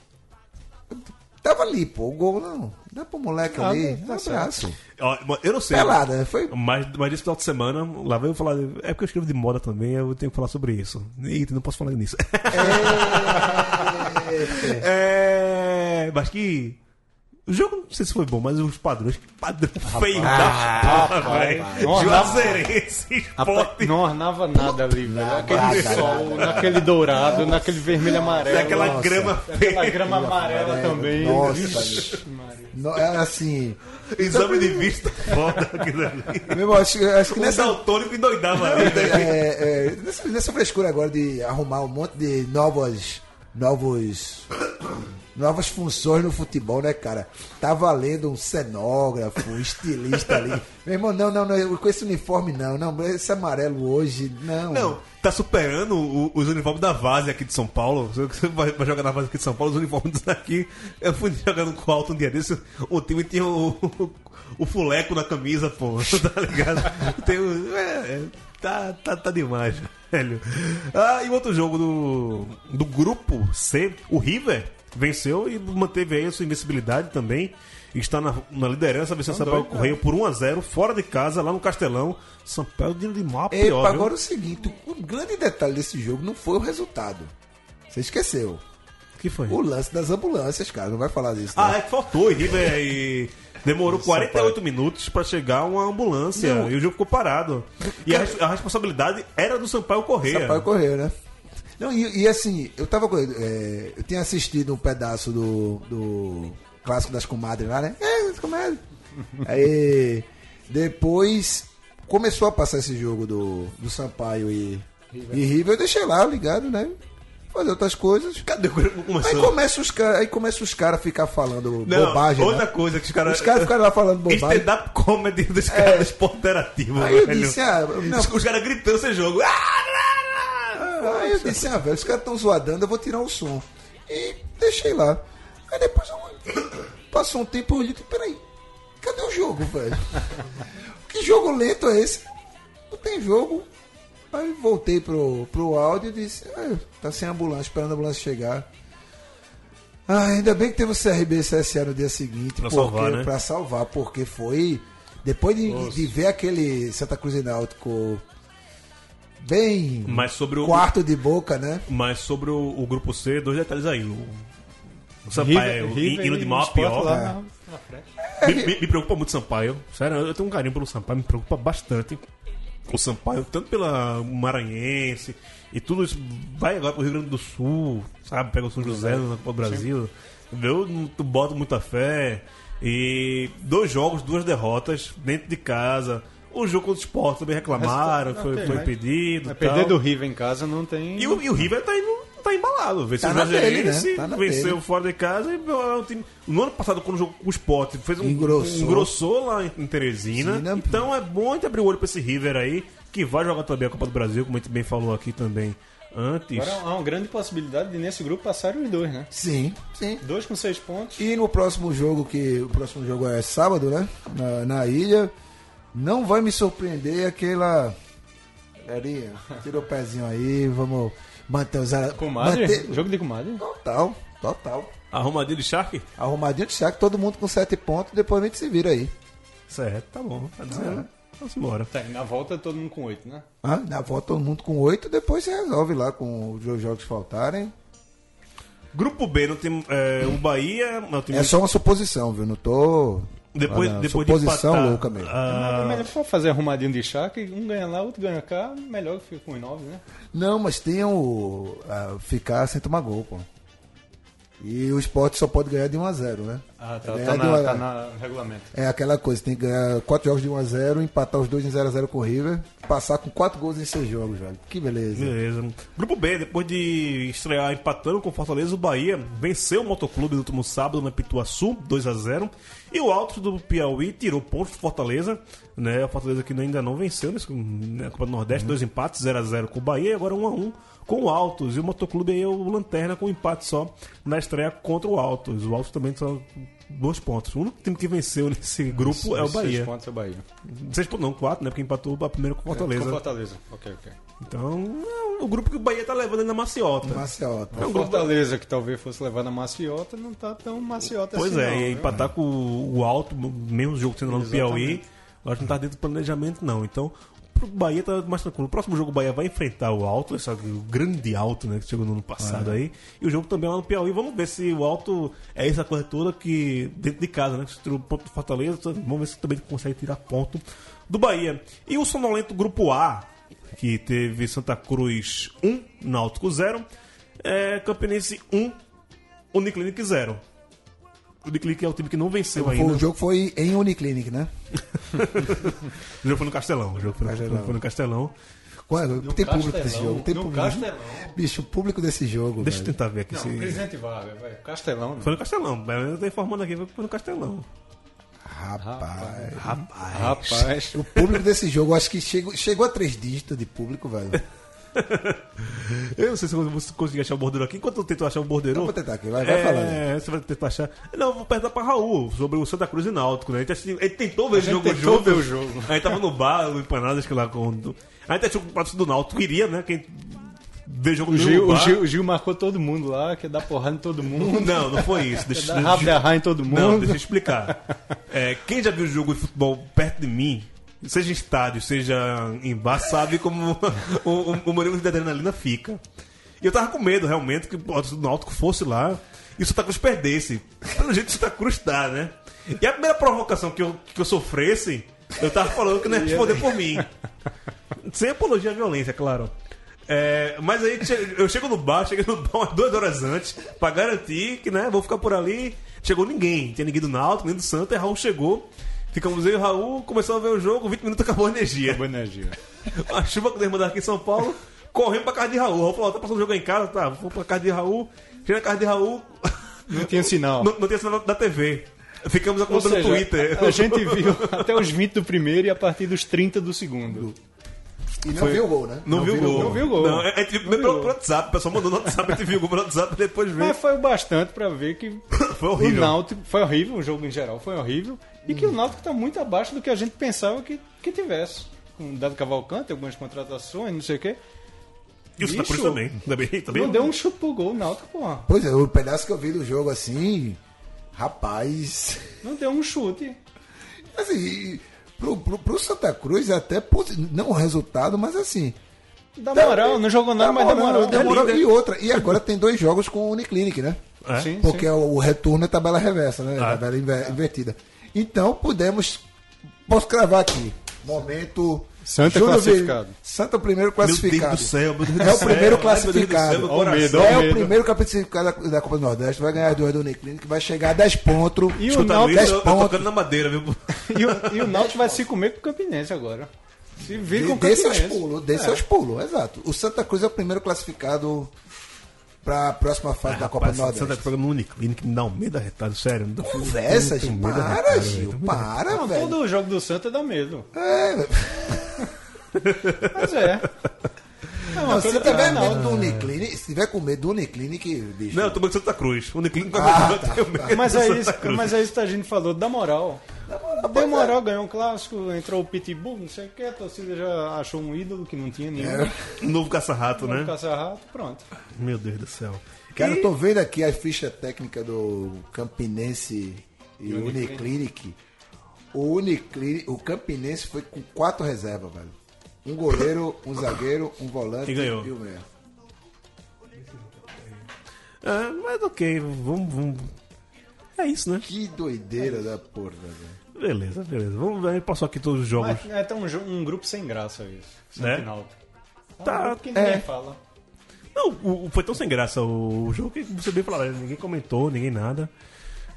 Speaker 2: eu Tava ali, pô. O gol não. Dá pro moleque ali. Dá abraço.
Speaker 1: Ó, Eu não sei.
Speaker 2: Pelada, né? Foi.
Speaker 1: Mas, mas nesse final de semana, lá vai eu falar. É porque eu escrevo de moda também, eu tenho que falar sobre isso. Eita, não posso falar nisso. É, mas que. O jogo, não sei se foi bom, mas os padrões, que padrão feio da porra, velho.
Speaker 3: Ah, Nossa.
Speaker 1: Juazeirense, esporte.
Speaker 3: Não ornava nada ali, velho. Aquele sol, naquele dourado, naquele vermelho amarelo.
Speaker 1: Aquela
Speaker 3: Nossa.
Speaker 1: grama
Speaker 3: Aquela
Speaker 1: feia.
Speaker 3: grama amarela também.
Speaker 2: É, Nossa,
Speaker 3: Vixe,
Speaker 2: Não, é assim.
Speaker 1: Exame de vista foda aquilo ali.
Speaker 2: Meu irmão, acho, acho que
Speaker 1: Um
Speaker 2: nessa.
Speaker 1: daltônico endoidava ali, né?
Speaker 2: é, é, nessa, nessa frescura agora de arrumar um monte de novas. Novos. Novas funções no futebol, né, cara? Tá valendo um cenógrafo, um estilista ali. Meu irmão, não, não, não, com esse uniforme não, não, esse amarelo hoje, não.
Speaker 1: Não, tá superando o- os uniformes da Vase aqui de São Paulo. Você você vai, vai jogar na Vase aqui de São Paulo, os uniformes daqui. Eu fui jogando com o alto um dia desse, o time tinha o, o, o fuleco na camisa, pô. Tá ligado? Tem o- é, é, tá, tá, tá demais, velho. Ah, e o outro jogo do, do grupo C, o River venceu e manteve aí a sua invencibilidade também. Está na, na liderança,
Speaker 2: Tá
Speaker 1: venceu o Sampaio Correia por 1x0, fora de casa, lá no Castelão. Sampaio de Limar,
Speaker 2: Epa,
Speaker 1: pior. viu?
Speaker 2: agora é o seguinte, o grande detalhe desse jogo não foi o resultado. Você esqueceu.
Speaker 1: que foi?
Speaker 2: O lance das ambulâncias, cara, não vai falar disso. não.
Speaker 1: Ah, é que faltou, e River e demorou 48 minutos pra chegar uma ambulância e o jogo ficou parado. E a, res- a responsabilidade era do Sampaio Correia.
Speaker 2: Sampaio correu, né? Não, e, e assim, eu tava. com- é, eu tinha assistido um pedaço do, do clássico das comadres lá, né? É, as comadres. Aí. Depois começou a passar esse jogo do, do Sampaio e, e River. Eu deixei lá, ligado, né? Fazer outras coisas.
Speaker 1: Cadê o Correia?
Speaker 2: Aí
Speaker 1: começou?
Speaker 2: começa os caras, aí começa os caras ficar falando
Speaker 1: Não,
Speaker 2: bobagem.
Speaker 1: outra
Speaker 2: né?
Speaker 1: coisa que os caras.
Speaker 2: Os caras ficaram lá falando bobagem. É.
Speaker 1: Stand-up comedy dos caras do esporte interativo,
Speaker 2: Aí eu
Speaker 1: velho.
Speaker 2: disse, ah, não.
Speaker 1: Os, os caras gritando sem jogo. Ah, ah, ah.
Speaker 2: Aí eu disse, ah, velho, os caras estão zoadando, eu vou tirar o som. E deixei lá. Aí depois eu- passou um tempo, eu olhei e disse, peraí, cadê o jogo, velho? Que jogo lento é esse? Não tem jogo. Aí voltei pro, pro áudio e disse, ah, tá sem ambulância, esperando a ambulância chegar. Ah, ainda bem que teve o CRB e CSA no dia seguinte,
Speaker 1: Pra
Speaker 2: porque,
Speaker 1: salvar, né?
Speaker 2: pra salvar, porque foi. Depois de, de ver aquele Santa Cruz e Náutico bem
Speaker 1: Mas sobre o.
Speaker 2: quarto de boca, né?
Speaker 1: Mas sobre o, o grupo C, dois detalhes aí. O, o
Speaker 3: River-
Speaker 1: Sampaio, é o
Speaker 3: River
Speaker 1: hino de
Speaker 3: e
Speaker 1: maior
Speaker 3: Sport
Speaker 1: pior. né? Então-
Speaker 3: lá né? na- na frente.
Speaker 1: Me, me- me preocupa muito o Sampaio. Sério, eu tenho um carinho pelo Sampaio, me preocupa bastante. O Sampaio, tanto pela Maranhense e tudo isso, vai agora pro Rio Grande do Sul, sabe? Pega o São José na Copa do Brasil. Eu não boto muita fé. E dois jogos, duas derrotas dentro de casa. O jogo contra o Sport também reclamaram,
Speaker 3: Mas-
Speaker 1: foi,
Speaker 3: ok,
Speaker 1: foi
Speaker 3: mas-
Speaker 1: pedido.
Speaker 3: Mas
Speaker 1: tal.
Speaker 3: É, perder do River em casa não tem.
Speaker 1: E o, e o River tá indo. Tá embalado, venceu
Speaker 2: Tá
Speaker 1: o
Speaker 2: na dele,
Speaker 1: Brasiliense,
Speaker 2: né? Tá na
Speaker 1: venceu
Speaker 2: dele.
Speaker 1: fora de casa e é um time. No ano passado, quando jogou com o Sport, fez um
Speaker 2: Engrossou.
Speaker 1: engrossou lá em em Teresina.
Speaker 2: Sim, né?
Speaker 1: Então é bom a gente abrir o olho pra esse River aí, que vai jogar também a Copa do Brasil, como a gente bem falou aqui também antes.
Speaker 3: Agora há uma grande possibilidade de nesse grupo passarem os dois, né?
Speaker 2: Sim, sim.
Speaker 3: Dois com seis pontos.
Speaker 2: E no próximo jogo, que o próximo jogo é sábado, né? Na, na ilha, não vai me surpreender aquela. Galerinha, tira o pezinho aí, vamos manter os. ara-
Speaker 3: Comadre?
Speaker 2: manter-
Speaker 3: Jogo de comadre?
Speaker 2: Total, total.
Speaker 1: Arrumadinho de Shark?
Speaker 2: Arrumadinho de saco, todo mundo com sete pontos, depois a gente se vira aí.
Speaker 1: Certo, tá bom. Tá dizendo. Vamos embora.
Speaker 3: Tá, e na volta todo mundo com oito, né?
Speaker 2: Ah, na volta todo mundo com oito, depois se resolve lá com os jogos que faltarem.
Speaker 1: Grupo B, não tem, é, o Bahia. Não tem
Speaker 2: É só uma suposição, viu? Não tô.
Speaker 1: Depois,
Speaker 2: Olha,
Speaker 1: depois de
Speaker 2: suposição
Speaker 1: empatar. Ah,
Speaker 2: louca mesmo.
Speaker 3: É melhor só fazer arrumadinho de chá, que um ganha lá, outro ganha cá, melhor que fica com os nove, né?
Speaker 2: Não, mas tem o. a ficar sem tomar gol, pô. E o esporte só pode ganhar de 1 a 0 né?
Speaker 3: Ah, tá,
Speaker 2: É,
Speaker 3: tá,
Speaker 2: de 1
Speaker 3: na,
Speaker 2: a-
Speaker 3: tá na- no regulamento.
Speaker 2: É aquela coisa, tem que ganhar 4 jogos de 1 a 0 empatar os dois em 0 a 0 com o River, passar com 4 gols em 6 jogos, velho. Que
Speaker 3: É.
Speaker 2: beleza.
Speaker 1: Beleza. Grupo B, depois de estrear empatando com o Fortaleza, o Bahia venceu o Motoclube no último sábado na Pituaçu, 2 a 0 E o Alto do Piauí tirou pontos do Fortaleza, né? O Fortaleza que ainda não venceu nesse- na Copa do Nordeste, dois empates, 0 a 0 com o Bahia e agora 1 a 1 com o Altos. E o Motoclube aí é o Lanterna com um empate só na estreia contra o Altos. O Altos também só dois pontos. O único time que venceu nesse grupo é o
Speaker 3: Os seis
Speaker 1: Bahia.
Speaker 3: pontos é o Bahia.
Speaker 1: Seis pontos não, quatro, né? Porque empatou a primeira com o
Speaker 3: Com
Speaker 1: Fortaleza.
Speaker 3: Fortaleza. Ok, ok.
Speaker 1: Então, é o grupo que o Bahia tá levando na maciota.
Speaker 2: Maciota.
Speaker 1: É um grupo-
Speaker 3: Fortaleza, que talvez fosse levar na maciota, não tá tão maciota
Speaker 1: Pois
Speaker 3: assim.
Speaker 1: é,
Speaker 3: não,
Speaker 1: e
Speaker 3: viu?
Speaker 1: empatar com o alto, mesmo jogo sendo lá no Piauí, eu acho que não tá dentro do planejamento, não. Então, o Bahia tá mais tranquilo. O próximo jogo o Bahia vai enfrentar o alto, esse é o grande alto, né, que chegou no ano passado
Speaker 3: É.
Speaker 1: aí. E o jogo também lá no Piauí. Vamos ver se o alto é essa coisa toda que dentro de casa, né? Que tirou ponto do Fortaleza. Vamos ver se também consegue tirar ponto do Bahia. E o sonolento grupo A, que teve Santa Cruz 1, Náutico 0, é, Campinense 1, Uniclinic 0. O Uniclinic é o time que não venceu
Speaker 2: Foi-
Speaker 1: ainda.
Speaker 2: o jogo foi em Uniclinic, né?
Speaker 1: O jogo foi no Castelão. O jogo foi no,
Speaker 2: Castelão.
Speaker 1: foi no Castelão.
Speaker 2: Qual é? Tem público desse jogo. Tem
Speaker 3: no
Speaker 2: público.
Speaker 3: Castelão.
Speaker 2: Bicho, o público desse jogo.
Speaker 1: Deixa eu
Speaker 2: velho.
Speaker 1: tentar ver aqui.
Speaker 3: Não, é-
Speaker 1: se...
Speaker 3: presidente Vargas, vai. Castelão. né?
Speaker 1: Foi no Castelão. Eu tô informando aqui que foi no Castelão.
Speaker 2: Rapaz.
Speaker 3: Rapaz.
Speaker 2: O público desse jogo, eu acho que chegou, chegou a três dígitos de público, velho.
Speaker 1: Eu não sei se eu vou conseguir achar o bordeiro aqui. Enquanto eu tento achar o bordeiro.
Speaker 2: Então vou tentar aqui, vai- vai
Speaker 1: é,
Speaker 2: falando.
Speaker 1: Você vai tentar achar. Não, eu vou perguntar pra Raul sobre o Santa Cruz e Náutico, né? Ele, assisti- ele tentou ver o
Speaker 3: gente
Speaker 1: jogo.
Speaker 3: tentou
Speaker 1: junto.
Speaker 3: ver o jogo.
Speaker 1: Aí tava no bar, no empanadas, que lá quando. Aí até achou que o patrocínio do Náutico iria, né? Quem vê jogo
Speaker 3: O
Speaker 1: no
Speaker 3: Gil, o,
Speaker 1: bar.
Speaker 3: Gil, o Gil marcou todo mundo lá, quer dar porrada em todo mundo.
Speaker 1: Não, não foi isso. Deixa,
Speaker 3: Quer dar rabo de arraia em todo mundo.
Speaker 1: Não, deixa eu explicar. É, quem já viu jogo de futebol perto de mim, seja em estádio, seja em bar, sabe como o, o, o Murilo de adrenalina fica. E eu tava com medo, realmente, que o Náutico fosse lá e o Santa Cruz perdesse. Pelo jeito o Santa Cruz tá, né? E a primeira provocação que eu, que eu sofresse, eu tava falando que não ia responder por mim. Sem apologia à violência, claro. É, mas aí che- eu chego no bar, cheguei no bar umas duas horas antes, pra garantir que, né, vou ficar por ali. Chegou ninguém, não tinha ninguém do Náutico, nem do Santa, e Raul chegou. Ficamos eu e o Raul, começou a ver o jogo, 20 minutos acabou a energia.
Speaker 3: Boa energia.
Speaker 1: A chuva que nós mandamos aqui em São Paulo, corremos pra casa de Raul. Raul falou, ó, tá passando jogo aí em casa, tá, vou pra casa de Raul. Cheguei na casa de Raul,
Speaker 3: Não tinha sinal.
Speaker 1: não, não tinha sinal da TV. Ficamos
Speaker 3: Ou
Speaker 1: acompanhando
Speaker 3: seja,
Speaker 1: no Twitter.
Speaker 3: a gente viu até os 20 do primeiro e a partir dos 30 do segundo.
Speaker 2: E não viu o gol, né?
Speaker 1: Não, viu o gol.
Speaker 3: Não viu o gol.
Speaker 1: Não, é, é, tipo, pelo, pelo WhatsApp, o pessoal mandou no WhatsApp, a gente viu o gol pelo WhatsApp e depois veio.
Speaker 3: Mas foi o bastante pra ver que
Speaker 1: Foi
Speaker 3: o
Speaker 1: horrível. Hum.
Speaker 3: Náutico foi horrível, o jogo em geral foi horrível, e que o Náutico tá muito abaixo do que a gente pensava que, que tivesse. Com o Dado Cavalcante, algumas contratações, não sei o quê.
Speaker 1: E o Santa Cruz
Speaker 3: Bicho,
Speaker 1: também. tá também, também
Speaker 3: Não deu um chute pro gol, o Náutico, porra.
Speaker 2: Pois é, o pedaço que eu vi do jogo assim. Rapaz.
Speaker 3: Não deu um chute.
Speaker 2: Assim, pro, pro, pro Santa Cruz é até posi- não o resultado, mas assim.
Speaker 3: Da moral, não jogou nada, mas
Speaker 2: moral,
Speaker 3: demorou. né?
Speaker 2: dá moral. E outra, e agora tem dois jogos com o Uniclinic, né?
Speaker 1: É?
Speaker 3: Sim,
Speaker 2: Porque
Speaker 3: sim.
Speaker 2: o o retorno é tabela reversa, né?
Speaker 1: Ah.
Speaker 2: Tabela inver- invertida. Então, pudemos. Posso cravar aqui. Momento.
Speaker 3: Santa
Speaker 2: Júlio
Speaker 3: classificado.
Speaker 2: Vieira. Santa é o primeiro
Speaker 1: Meu Deus
Speaker 2: classificado.
Speaker 1: do céu, meu Deus do
Speaker 2: É o
Speaker 1: céu.
Speaker 2: primeiro
Speaker 1: Ai,
Speaker 2: classificado.
Speaker 1: meu Deus do céu, meu
Speaker 3: Olha o medo,
Speaker 1: coração.
Speaker 3: olha
Speaker 2: É
Speaker 3: medo.
Speaker 2: o primeiro classificado da, da Copa do Nordeste. Vai ganhar as duas do Uniclinic, vai chegar a 10 pontos.
Speaker 3: E o
Speaker 1: Escuta,
Speaker 3: Náutico-
Speaker 1: Luiz, eu, eu
Speaker 2: Ponto.
Speaker 1: tocando na madeira, viu?
Speaker 3: E o, e o Náutico vai se comer com o Campinense agora. Se vir com o
Speaker 2: Dê seus
Speaker 3: Campinense.
Speaker 2: pulos, dê
Speaker 3: É.
Speaker 2: seus pulos, exato. O Santa Cruz é o primeiro classificado para a próxima fase da Copa do
Speaker 1: Ah, Rapaz, Santa
Speaker 2: Nordeste.
Speaker 1: Cruz no Uniclinic me dá um medo arretado, sério. Não dá
Speaker 2: Conversa, Gil. Para, Gil. Para, velho.
Speaker 3: Tá Todo jogo do Santa dá medo.
Speaker 2: É,
Speaker 3: Mas é. É uma
Speaker 2: não,
Speaker 3: coisa
Speaker 2: se tiver
Speaker 3: banal,
Speaker 2: medo
Speaker 3: né?
Speaker 2: do Uniclinic, se tiver com medo do Uniclinic, bicho.
Speaker 1: Não, eu tô com Santa Cruz. O Uniclinic
Speaker 2: Ah,
Speaker 1: vai
Speaker 2: tá,
Speaker 1: eu tenho medo
Speaker 3: Mas
Speaker 1: do
Speaker 3: é
Speaker 1: Santa
Speaker 3: isso,
Speaker 1: Cruz.
Speaker 3: mas é isso que a gente falou, da moral. Deu moral, ganhou um clássico, entrou o Pitbull, não sei o que, a torcida já achou um ídolo que não tinha nenhum.
Speaker 1: Novo caça-rato, né?
Speaker 2: É.
Speaker 3: Um Caça-rato, pronto.
Speaker 1: Meu Deus do céu.
Speaker 2: Cara, eu tô vendo aqui a ficha técnica do Campinense e Uniclinic. O Uniclinic, o Campinense foi com quatro reservas, velho. Um goleiro, um zagueiro, um volante
Speaker 1: E ganhou.
Speaker 2: o meia.
Speaker 1: ah, É, mas ok, vamos... vamos... É isso, né?
Speaker 2: Que doideira da porra, velho.
Speaker 1: Beleza, beleza. Vamos ver, passou aqui todos os jogos.
Speaker 3: Mas é tão um, jo- um grupo sem graça isso.
Speaker 1: Né?
Speaker 3: Sentinel. É um
Speaker 1: Tá,
Speaker 3: grupo que ninguém
Speaker 2: é.
Speaker 3: fala.
Speaker 1: Não, o- o- foi tão sem graça o, o jogo que você bem falar, ninguém comentou, ninguém nada.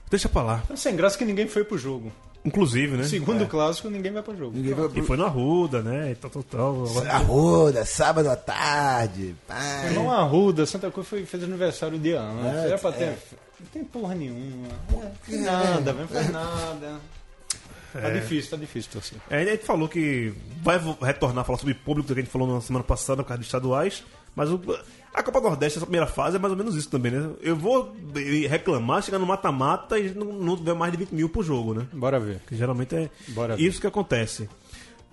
Speaker 1: Deixa pra lá.
Speaker 3: É sem graça que ninguém foi pro jogo.
Speaker 1: Inclusive, né?
Speaker 3: Segundo clássico, ninguém vai pro jogo.
Speaker 2: Ninguém vai
Speaker 1: E
Speaker 2: pro...
Speaker 1: foi na Ruda, né? E tal, tal, tal. Agora-
Speaker 2: Arruda, sábado à tarde. pá.
Speaker 3: Não Arruda, Santa Cruz foi, fez aniversário de ano.
Speaker 2: É,
Speaker 3: Era pra ter.
Speaker 2: é.
Speaker 3: Não tem porra nenhuma. É, tem nada, não faz nada. Tá difícil, tá difícil, torcida.
Speaker 1: É, a gente falou que vai vo- retornar a falar sobre público, que a gente falou na semana passada por causa dos estaduais, mas o- a Copa Nordeste, essa primeira fase, é mais ou menos isso também, né? Eu vou eh, reclamar, chegar no mata-mata e não, não tiver mais de 20 mil pro jogo, né?
Speaker 3: Bora ver.
Speaker 1: Que geralmente é
Speaker 3: Bora ver.
Speaker 1: isso que acontece.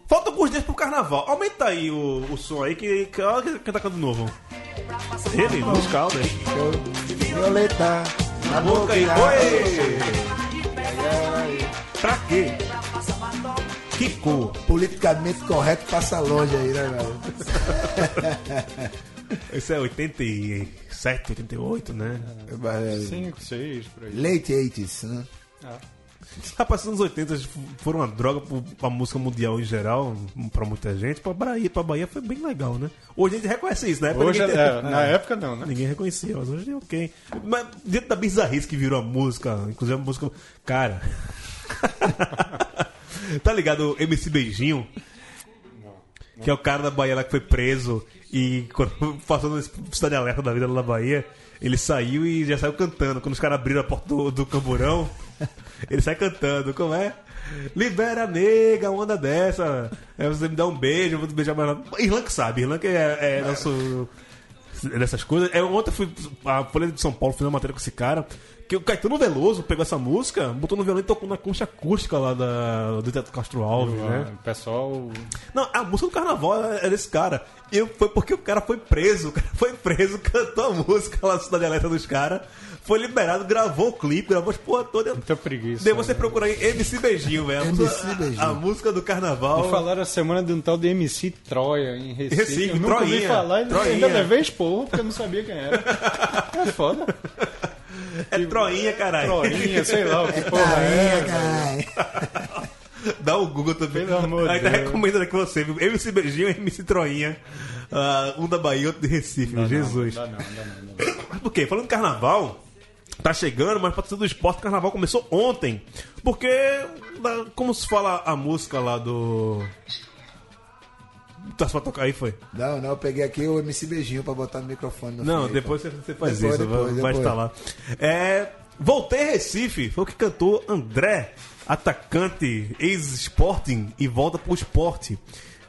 Speaker 1: Falta alguns dias pro carnaval. Aumenta aí o, o som aí, que, que, olha quem tá cantando de novo. Ele, Luiz Caldas.
Speaker 2: Violeta, na boca e
Speaker 1: Oi! Pra quê? Que cor?
Speaker 2: Politicamente correto passa longe aí, né, velho?
Speaker 1: Isso é 87, 88, né?
Speaker 2: Mas, é,
Speaker 3: 5, 6, por aí.
Speaker 2: Late 80s, né?
Speaker 3: Ah,
Speaker 1: Rapaz, Tá os anos 80 foram uma droga pro- pra música mundial em geral, pra muita gente. Pra Bahia, pra Bahia foi bem legal, né? Hoje a gente reconhece isso, né?
Speaker 3: Hoje,
Speaker 1: ninguém,
Speaker 3: é, na época não, né?
Speaker 1: ninguém reconhecia, mas hoje é ok. Mas dentro da bizarrice que virou a música, inclusive a música. Cara. tá ligado o MC Beijinho? Que é o cara da Bahia lá que foi preso e quando passou no estado de alerta da vida lá na Bahia, ele saiu e já saiu cantando. Quando os caras abriram a porta do, do camburão, ele sai cantando. Como é? Libera nega, onda dessa. Aí você me dá um beijo, eu vou te beijar mais. nada. Irlan que sabe, Irlan que é, é nosso. é dessas coisas. É, ontem eu fui. A Folha de São Paulo fez uma matéria com esse cara. Que o Caetano Veloso pegou essa música, botou no violão e tocou na concha acústica lá da, do Teto Castro Alves, né?
Speaker 3: O pessoal.
Speaker 1: Não, a música do carnaval é é desse cara. E eu- foi porque o cara foi preso. O cara foi preso, cantou a música lá na Cidade Alerta dos caras. Foi liberado, gravou o clipe, gravou as porra toda.
Speaker 3: Muita preguiça.
Speaker 1: Daí você
Speaker 3: né?
Speaker 1: procura aí MC Beijinho, velho. A
Speaker 2: MC
Speaker 1: música-
Speaker 2: Beijinho.
Speaker 1: A, a música do carnaval.
Speaker 3: Me falaram a semana de um tal de MC Troia em Recife.
Speaker 1: Recife,
Speaker 3: eu nunca ouvi
Speaker 1: Troinha,
Speaker 3: falar e
Speaker 1: Troinha.
Speaker 3: ainda levei esporro porque eu não sabia quem era. É foda.
Speaker 1: É troinha, caralho.
Speaker 3: Troinha, sei lá o que porra
Speaker 2: Rainha,
Speaker 3: é.
Speaker 2: cara.
Speaker 1: Dá o Google também.
Speaker 3: Pelo amor de
Speaker 1: Ainda
Speaker 3: Deus.
Speaker 1: recomendo aqui você, viu? MC Beijinho e MC Troinha. Ah, um da Bahia, outro de Recife. Jesus.
Speaker 3: Não, não, não, não, não.
Speaker 1: Mas por quê? Falando em carnaval, tá chegando, mas pra torcida do esporte, o carnaval começou ontem. Porque, da- como se fala a música lá do. Tá só pra tocar aí, foi?
Speaker 2: Não, não, eu peguei aqui o MC Beijinho pra botar no microfone. no
Speaker 1: Não,
Speaker 2: fim aí,
Speaker 1: depois você, você faz
Speaker 2: então. Depois,
Speaker 1: isso,
Speaker 2: depois,
Speaker 1: vai
Speaker 2: depois.
Speaker 1: estar lá. É, Voltei a Recife, foi o que cantou André, atacante, ex-sporting e volta pro esporte.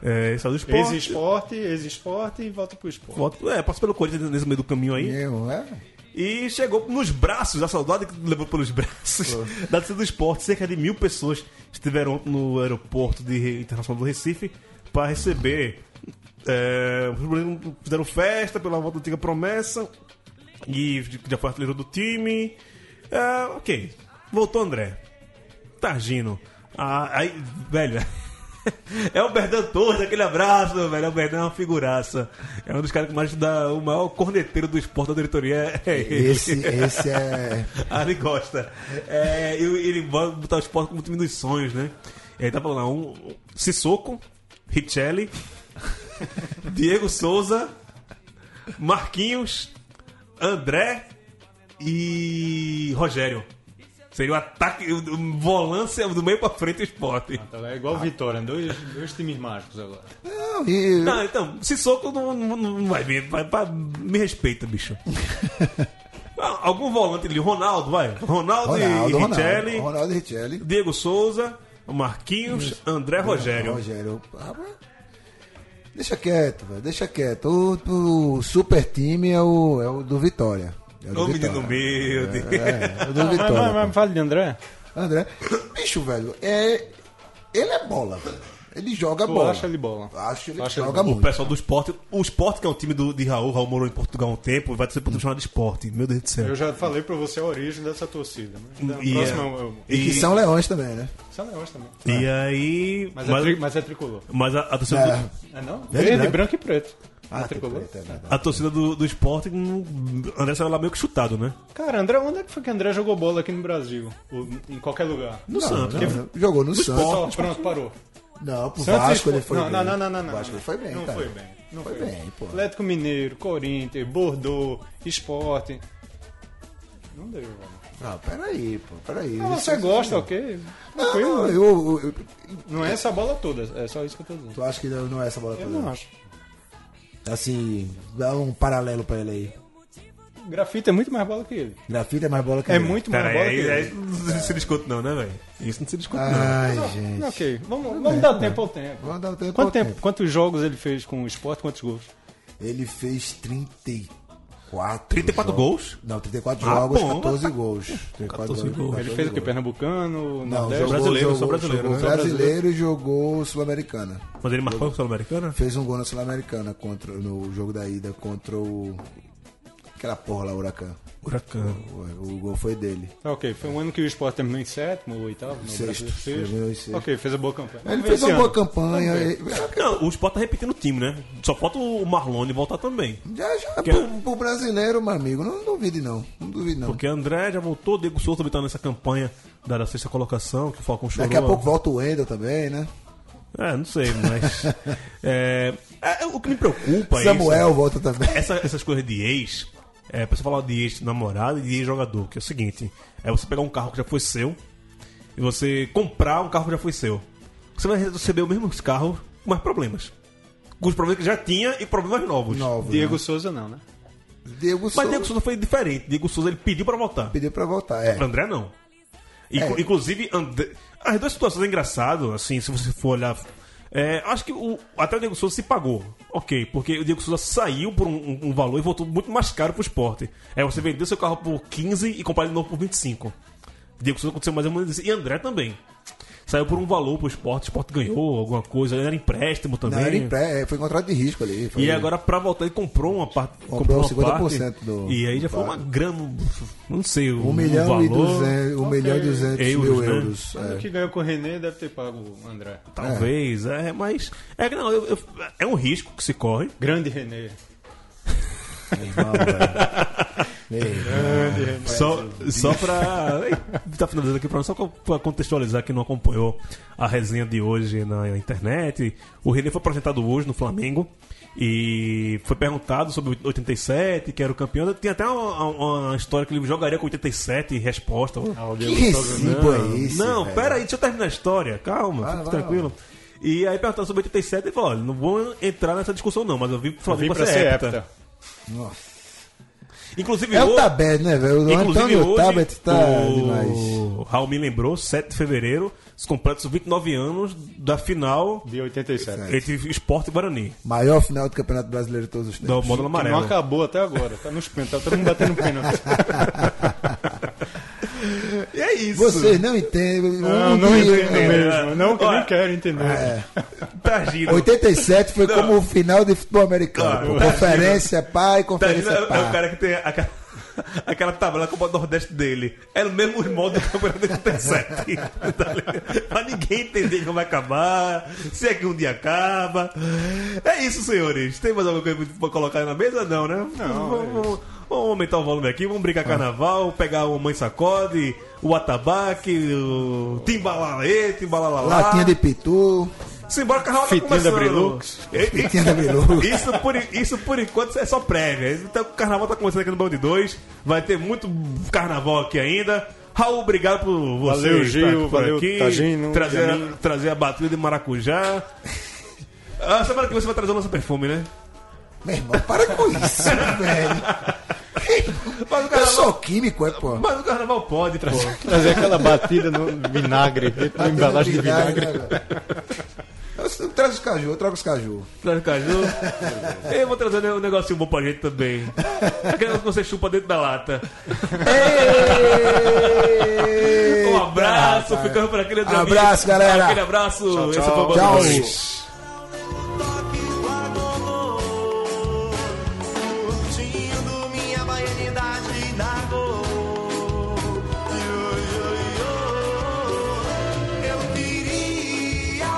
Speaker 1: É, saiu do esporte.
Speaker 3: Ex-esporte, ex-esporte e volta pro esporte.
Speaker 1: Volta- é, passou pelo Corinthians nesse meio do caminho aí.
Speaker 2: pô. Meu, é?
Speaker 1: E chegou nos braços, a saudade que levou pelos braços da torcida do esporte. Cerca de mil pessoas estiveram no aeroporto de Re- internacional do Recife para receber. É, os brasileiros fizeram festa pela volta da antiga promessa e já foi artilheiro do time. É, ok, voltou André. Targino. Ah, aí, velho. É o Berdan Torres, aquele abraço, meu velho. O Berdan é uma figuraça. É um dos caras que mais dá o maior corneteiro do esporte da diretoria. É ele.
Speaker 2: Esse, esse é.
Speaker 1: Ah, ele gosta. É, e ele vai botar o esporte como o time dos sonhos, né? E aí tá falando, lá, um, um Sissoko, Richelli, Diego Souza, Marquinhos, André e Rogério. Seria o ataque, o, o volância do meio pra frente o esporte.
Speaker 3: Então é igual Vitória, dois, dois times mágicos agora.
Speaker 2: Não, e.
Speaker 1: Não, então, Sissoko não, não, não vai vir. Vai, vai- me respeita, bicho. Ah, Algum volante ali, Ronaldo, vai. Ronaldo,
Speaker 2: Ronaldo,
Speaker 1: e
Speaker 2: Ronaldo.
Speaker 1: Richelli.
Speaker 2: Ronaldo e Richelli.
Speaker 1: Diego Souza, Marquinhos, André Rogério.
Speaker 2: Rogério. Ah, mas- Deixa quieto, velho. Deixa quieto. O, o super time é o, é o do Vitória. É o do
Speaker 1: Ô menino
Speaker 2: Vitória.
Speaker 1: humilde.
Speaker 2: É, é o do
Speaker 3: Ah, Mas,
Speaker 2: Vitória.
Speaker 3: mas, mas fala de André.
Speaker 2: André. Bicho, velho, é. Ele é bola, velho. Ele joga
Speaker 3: Tu
Speaker 2: bola.
Speaker 3: acha ele bola?
Speaker 2: Acho ele
Speaker 3: Acha ele
Speaker 2: joga
Speaker 1: O
Speaker 2: muito.
Speaker 1: pessoal do esporte, o esporte que é o time do, de Raul, Raul morou em Portugal há um tempo, vai ser pro time chamado de esporte, meu Deus do
Speaker 3: Eu
Speaker 1: céu.
Speaker 3: já falei pra você a origem dessa torcida. Mas na
Speaker 1: E,
Speaker 3: próxima
Speaker 1: é,
Speaker 3: eu. eu...
Speaker 2: E que são leões também, né?
Speaker 3: São Leões também.
Speaker 1: E aí.
Speaker 3: Mas,
Speaker 1: Mas,
Speaker 3: é tri- mas é tricolor.
Speaker 1: mas a, a torcida. do-
Speaker 2: É.
Speaker 3: É não?
Speaker 2: Verde,
Speaker 3: Verde,
Speaker 2: branco.
Speaker 3: branco e preto.
Speaker 2: Ah,
Speaker 3: tricolor?
Speaker 2: tem preta, é verdade.
Speaker 1: A torcida do, do esporte, hum, André saiu lá meio que chutado, né?
Speaker 3: Cara, André, onde é que foi que André jogou bola aqui no Brasil? Ou em qualquer lugar.
Speaker 1: No Santos.
Speaker 2: Não, não, jogou no Santos.
Speaker 3: Só, pronto, parou.
Speaker 2: Não, pro
Speaker 3: Santos
Speaker 2: Vasco ele
Speaker 3: Esporte-
Speaker 2: foi
Speaker 3: não,
Speaker 2: bem.
Speaker 3: não, não, não, não,
Speaker 2: O
Speaker 3: não.
Speaker 2: Vasco ele foi bem,
Speaker 3: Não
Speaker 2: cara.
Speaker 3: foi bem. Não
Speaker 2: Foi bem, pô.
Speaker 3: Atlético Mineiro, Corinthians, Bordeaux, Esporte. Não deu, mano.
Speaker 2: Não, Ah, peraí, pô, peraí.
Speaker 3: Ah,
Speaker 2: Isso
Speaker 3: você
Speaker 2: é-
Speaker 3: gosta, um- ok?
Speaker 2: Não,
Speaker 3: Tranquilo. Não,
Speaker 2: eu, eu-
Speaker 3: é essa bola toda, é só isso que eu tô dizendo.
Speaker 2: tu acha que não não é essa bola
Speaker 3: Eu
Speaker 2: toda?
Speaker 3: não acho.
Speaker 2: Assim, dá um paralelo pra ele aí.
Speaker 3: Grafite é muito mais bola que ele.
Speaker 2: Grafite é mais bola que Ah.
Speaker 3: É
Speaker 2: ele.
Speaker 3: muito mais
Speaker 1: Pera aí,
Speaker 3: bola que
Speaker 1: aí,
Speaker 3: ele.
Speaker 1: aí não se discute não, né, velho? Isso não se discute não.
Speaker 2: Ai, gente.
Speaker 3: Ok, vamos, vamos dar tempo ao tempo.
Speaker 2: Vamos dar o tempo
Speaker 3: Quanto
Speaker 2: ao
Speaker 3: tempo?
Speaker 2: tempo.
Speaker 3: Quantos jogos ele fez com o esporte? Quantos gols?
Speaker 2: Ele fez 34.
Speaker 1: 34
Speaker 2: jogos.
Speaker 1: gols?
Speaker 2: Não, 34
Speaker 1: Ah,
Speaker 2: jogos,
Speaker 1: bom,
Speaker 2: 14
Speaker 1: tá-
Speaker 2: gols. 34
Speaker 1: 14 gols.
Speaker 3: Ele fez o que? Pernambucano?
Speaker 2: Não,
Speaker 3: Nordeste?
Speaker 2: jogou,
Speaker 1: Brasileiro,
Speaker 2: jogou,
Speaker 1: só brasileiro,
Speaker 2: jogou
Speaker 1: né?
Speaker 2: brasileiro e jogou Sul-Americana.
Speaker 1: Mas ele marcou o Sul-Americana?
Speaker 2: Fez um gol na Sul-Americana contra- no jogo da ida contra o. Aquela porra lá, Huracan.
Speaker 1: Huracão.
Speaker 2: O, o gol foi dele.
Speaker 3: Tá, Ok, foi um ano que o esporte terminou em sétimo ou oitavo? Não,
Speaker 2: Sexto.
Speaker 3: Brasil,
Speaker 2: Terminou em sexto.
Speaker 3: Ok, fez a boa campanha.
Speaker 2: Ele
Speaker 3: Vamos ver
Speaker 2: fez
Speaker 3: esse
Speaker 2: uma boa
Speaker 3: ano.
Speaker 2: campanha. ele-
Speaker 1: Não, o Sport tá repetindo o time, né? Só falta o Marlone voltar também.
Speaker 2: Já, já,
Speaker 1: Que-
Speaker 2: pro, pro brasileiro, meu amigo, não duvide não. Não duvide não.
Speaker 1: Porque André já voltou, Diego Souza também tá nessa campanha da, da sexta colocação, que o Falcão chorou.
Speaker 2: Daqui a pouco volta o Wendel também, né?
Speaker 1: É, não sei, mas... é, é, o que me preocupa é isso.
Speaker 2: Samuel volta também.
Speaker 1: Essa- essas coisas de ex, é, pra você falar de ex-namorado e de ex-jogador, que é o seguinte, é você pegar um carro que já foi seu e você comprar um carro que já foi seu. Você vai receber o mesmo carro com mais problemas. Com os problemas que já tinha e problemas novos.
Speaker 2: Novo,
Speaker 3: Diego Souza não, né?
Speaker 2: né? Diego
Speaker 1: Mas
Speaker 2: Souza
Speaker 1: Diego Souza foi diferente. Diego Souza ele pediu pra voltar.
Speaker 2: pediu pra voltar. É.
Speaker 1: André não. E,
Speaker 2: É.
Speaker 1: Inclusive, André... as duas situações é engraçado, assim, se você for olhar. É, acho que o, até o Diego Souza se pagou. Ok, porque o Diego Souza saiu por um, um- um valor e voltou muito mais caro pro esporte. É você vender seu carro por 15 e comprar ele de novo por 25. Diego Souza aconteceu mais ou menos isso. E André também. Saiu por um valor pro esporte, o esporte ganhou alguma coisa, era empréstimo também.
Speaker 2: Não, era em pré, é, foi contrato de risco ali. foi-
Speaker 1: E agora, pra voltar, ele comprou uma parte.
Speaker 2: Comprou
Speaker 1: uma
Speaker 2: 50%
Speaker 1: parte,
Speaker 2: do-
Speaker 1: E aí
Speaker 2: do
Speaker 1: já foi uma
Speaker 2: passe.
Speaker 1: grama. Não sei, o,
Speaker 2: Um milhão
Speaker 1: valor.
Speaker 2: e duzentos, um milhão e duzentos
Speaker 1: Euros,
Speaker 2: mil
Speaker 1: né?
Speaker 2: euros.
Speaker 3: O
Speaker 2: É.
Speaker 3: que ganhou com o René deve ter pago o André.
Speaker 1: Talvez, é, mas. É que não, eu- eu- é um risco que se corre.
Speaker 3: Grande René.
Speaker 2: Irmão, velho. Ei,
Speaker 1: Só, só pra. Ei, tá finalizando aqui pra só co- pra contextualizar quem não acompanhou a resenha de hoje na internet. O René foi apresentado hoje no Flamengo e foi perguntado sobre 87, que era o campeão. Tem até uma, uma história que ele jogaria com 87 resposta.
Speaker 2: que recibo é esse?
Speaker 1: Não,
Speaker 2: velho?
Speaker 1: pera aí, deixa eu terminar a história. Calma, fica
Speaker 2: vai,
Speaker 1: tranquilo. E aí perguntaram sobre 87 e falou: olha, não vou entrar nessa discussão, não, mas eu vi o
Speaker 3: Eu vim
Speaker 1: Flamengo
Speaker 3: pra ser épta.
Speaker 2: Nossa.
Speaker 1: Inclusive,
Speaker 2: É o
Speaker 1: hoje-
Speaker 2: Tabet, né, velho? O
Speaker 1: inclusive
Speaker 2: Antônio
Speaker 1: hoje,
Speaker 2: Tabet tá
Speaker 1: o
Speaker 2: demais.
Speaker 1: Raul me lembrou, 7 de fevereiro, os completos 29 anos da final
Speaker 3: De 87.
Speaker 2: É.
Speaker 1: entre Sport e Guarani,
Speaker 2: Maior final do Campeonato Brasileiro de todos os
Speaker 1: do
Speaker 2: tempos.
Speaker 1: módulo
Speaker 3: Que não
Speaker 1: amarelo.
Speaker 3: acabou até agora. Tá nos pênaltis. Tá todo mundo batendo pênalti.
Speaker 1: E é isso. Ah,
Speaker 2: Vocês não entendem.
Speaker 3: Não,
Speaker 2: um
Speaker 3: não
Speaker 2: dia-
Speaker 3: entendo mesmo. Não, que nem
Speaker 1: Olha.
Speaker 3: quero entender.
Speaker 1: Tá agindo.
Speaker 2: 87 foi como o final de futebol americano.
Speaker 1: Ah,
Speaker 2: pô.
Speaker 1: tá
Speaker 2: conferência pá e
Speaker 1: Tá agindo.
Speaker 2: conferência
Speaker 1: É o
Speaker 2: pá.
Speaker 1: cara que tem aquela, aquela tabela como a Nordeste dele. É o mesmo irmão do campeonato de 87. Tá ligado? Pra ninguém entender como vai acabar, se é que um dia acaba. É isso, senhores. Tem mais alguma coisa pra colocar na mesa? Não, né?
Speaker 3: Não,
Speaker 1: Vamos, vamos- vamos aumentar o volume aqui, vamos brincar carnaval, pegar o Mãe Sacode, o Atabaque, o Timbalaê, Timbalalá.
Speaker 2: Latinha de pitu,
Speaker 1: Simbora, carnaval tá
Speaker 3: Fitinha
Speaker 1: começando.
Speaker 3: da Brilux.
Speaker 1: E- e-
Speaker 2: latinha da Bilu.
Speaker 1: isso por, isso por enquanto é só prévia. Então o carnaval tá começando aqui no Bão de 2. Vai ter muito carnaval aqui ainda. Raul, obrigado por você
Speaker 3: Valeu,
Speaker 1: estar
Speaker 3: Gil,
Speaker 1: por
Speaker 3: valeu,
Speaker 1: aqui.
Speaker 3: Tagino,
Speaker 1: trazer, a,
Speaker 3: Jamin.
Speaker 1: trazer a batida de maracujá. Ah, semana que você vai trazer o nosso perfume, né?
Speaker 2: Meu irmão, para com isso, velho.
Speaker 1: Mas o
Speaker 2: Eu
Speaker 1: carnaval,
Speaker 2: sou químico, é, pô.
Speaker 1: mas o carnaval pode, pô.
Speaker 3: Trazer aquela batida no vinagre. dentro da embalagem de vinagre.
Speaker 2: né, Eu trago os caju, eu trago os caju.
Speaker 1: Traz o caju. Eu vou trazer um negocinho bom pra gente também. Aquele negócio que você chupa dentro da lata. Um abraço, ficamos por aquele
Speaker 2: Abraço, galera.
Speaker 1: Aquele abraço. Esse foi o Bando
Speaker 2: Tchau.
Speaker 1: Dois.
Speaker 4: Curtindo minha baianidade na Gol. Iô, iô, iô. Eu queria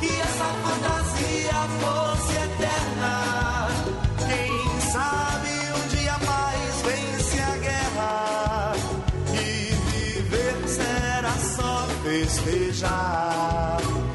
Speaker 4: que essa fantasia fosse eterna. um
Speaker 6: festejar.
Speaker 4: é